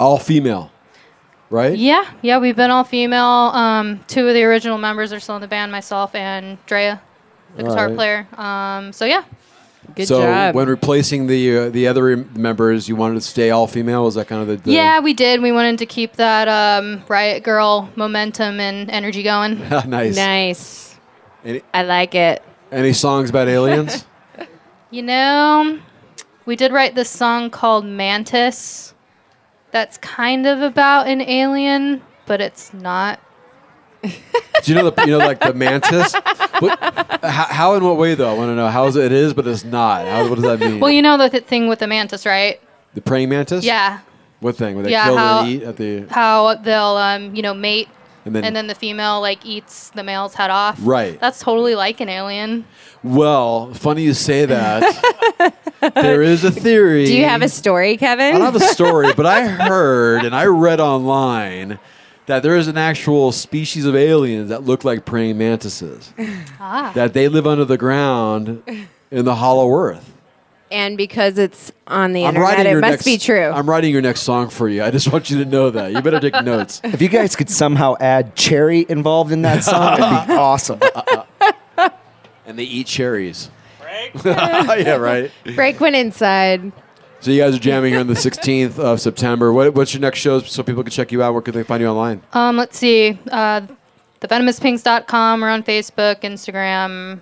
all female, right? Yeah, yeah, we've been all female. Um, two of the original members are still in the band, myself and Drea, the All guitar right. player. Um, so yeah. so when replacing the uh, the other members, you wanted to stay all female. Was that kind of the, the yeah, we did. We wanted to keep that um, Riot Girl momentum and energy going. Nice. Nice. Any, I like it. any songs about aliens? You know, we did write this song called Mantis. That's kind of about an alien, but it's not. Do you know the you know like the mantis? What, how, how in what way though? I want to know how is it, it is, but it's not. How, what does that mean? Well, you know the th- thing with the mantis, right? the praying mantis. Yeah. What thing? Where they Yeah, kill how- and eat at the How they'll, um, you know, mate, And then- and then the female like eats the male's head off. Right. That's totally like an alien. Well, funny you say that. there is a theory. Do you have a story, Kevin? I don't have a story, but I heard and I read online that there is an actual species of aliens that look like praying mantises. ah. That they live under the ground in the hollow earth. and because it's on the I'm internet, writing it your must next- be true. I'm writing your next song for you. I just want you to know that. You better take notes. If you guys could somehow add cherry involved in that song, it'd be awesome. And they eat cherries. yeah, right. Break went inside. So you guys are jamming here on the 16th of September. What, what's your next show so people can check you out? Where can they find you online? Um, let's see. Uh, thevenomouspinks.com. We're on Facebook, Instagram.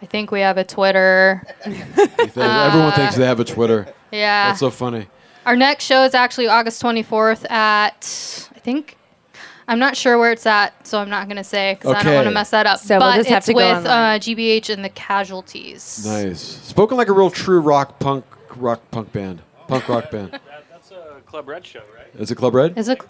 I think we have a Twitter. Everyone thinks they have a Twitter. Uh, yeah. That's so funny. Our next show is actually August 24th at, I think, I'm not sure where it's at, so I'm not going to say because I don't Okay. want to mess that up. So we'll but just it's have to go with online. uh, GBH and the Casualties. Nice. Spoken like a real true rock punk rock punk band. Punk rock band. That's a Club Red show, right? Is it Club Red? Is it,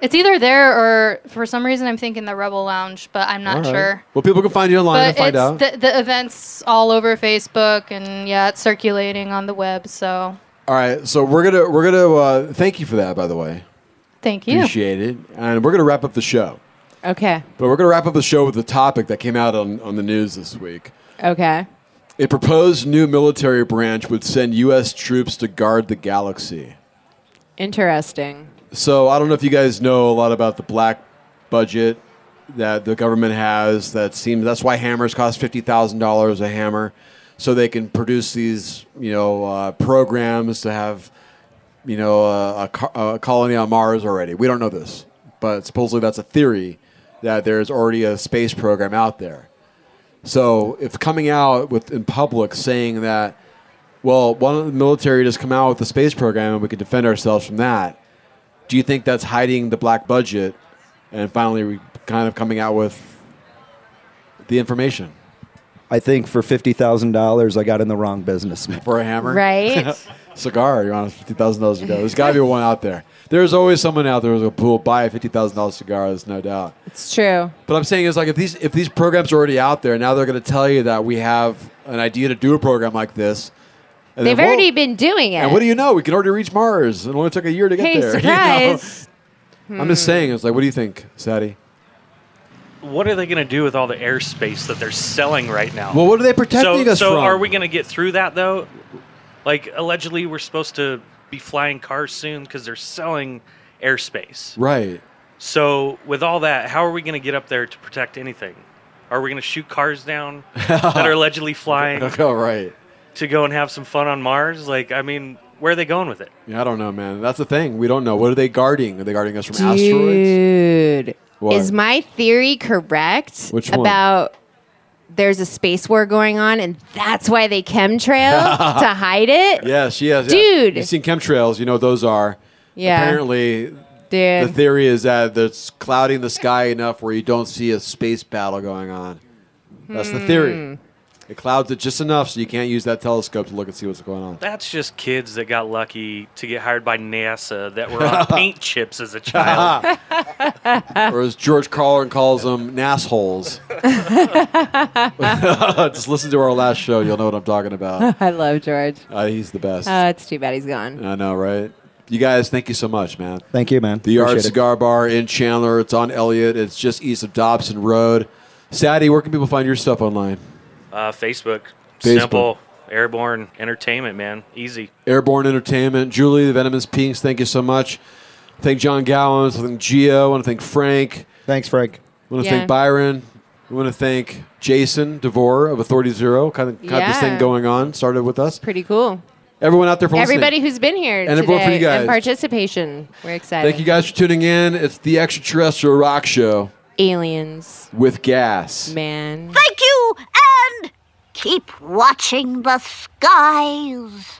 it's either there or for some reason I'm thinking the Rebel Lounge, but I'm not All right. sure. Well, people can find you online But and find it's out. the, the events all over Facebook and yeah, it's circulating on the web. So All right. So we're gonna we're gonna uh, thank you for that, by the way. thank you. Appreciate it. And we're gonna wrap up the show. Okay. But we're gonna wrap up the show with a topic that came out on, on the news this week. Okay. A proposed new military branch would send U.S. troops to guard the galaxy. Interesting. So I don't know if you guys know a lot about the black budget that the government has. That seems that's why hammers cost fifty thousand dollars a hammer, so they can produce these you know uh, programs to have you know a, a, co- a colony on Mars already. We don't know this, but supposedly that's a theory that there's already a space program out there. So if coming out with in public saying that, well, why don't the military just come out with the space program and we can defend ourselves from that? Do you think that's hiding the black budget and finally we kind of coming out with the information I think for fifty thousand dollars, I got in the wrong business. for a hammer? Right. cigar, you're on a fifty thousand dollars cigar. There's gotta be one out there. There's always someone out there who will buy a fifty thousand dollars cigar, there's no doubt. It's true. But I'm saying is like if these if these programs are already out there, now they're gonna tell you that we have an idea to do a program like this. and They've then, well, already been doing it. And what do you know? We can already reach Mars. It only took a year to get Hey, there. you know? surprise. Hmm. I'm just saying, it's like, what do you think, Sadie? What are they going to do with all the airspace that they're selling right now? Well, what are they protecting so, us so from? are we going to get through that though? Like allegedly, we're supposed to be flying cars soon because they're selling airspace. Right. So with all that, how are we going to get up there to protect anything? Are we going to shoot cars down that are allegedly flying All right. to go and have some fun on Mars? Like, I mean, where are they going with it? Yeah, I don't know, man. That's the thing. We don't know. What are they guarding? Are they guarding us from asteroids? What? Is my theory correct Which one? about there's a space war going on and that's why they chemtrail to hide it? yeah, she has. yeah. Dude. You've seen chemtrails. You know what those are. Yeah. Apparently, the Dude. theory is that it's clouding the sky enough where you don't see a space battle going on. That's the Hmm. theory. It clouds it just enough so you can't use that telescope to look and see what's going on. That's just kids that got lucky to get hired by NASA that were on paint chips as a child. or as George Carlin calls them, nassholes. just listen to our last show. You'll know what I'm talking about. I love George. Uh, he's the best. Oh, it's too bad he's gone. I know, right? You guys, thank you so much, man. Thank you, man. The Yard Appreciate it. Cigar Bar in Chandler. It's on Elliott. It's just east of Dobson Road. Sadie, where can people find your stuff online? Uh, Facebook. Facebook. Simple. Airborne entertainment, man. Easy. Airborne Entertainment. Julie, the Venomous Pinks, thank you so much. Thank John Gowan. Thank Gio. I want to thank Frank. Thanks, Frank. I want to Yeah. thank Byron. We want to thank Jason DeVore of Authority Zero. Kind of got this thing Yeah. going on. Started with us. Pretty cool. Everyone out there for listening. Everybody who's been here And everyone today for you guys. and participation. We're excited. Thank you guys for tuning in. It's the Extraterrestrial Rock Show Aliens, with Gas. man. Thank you and Keep watching the skies.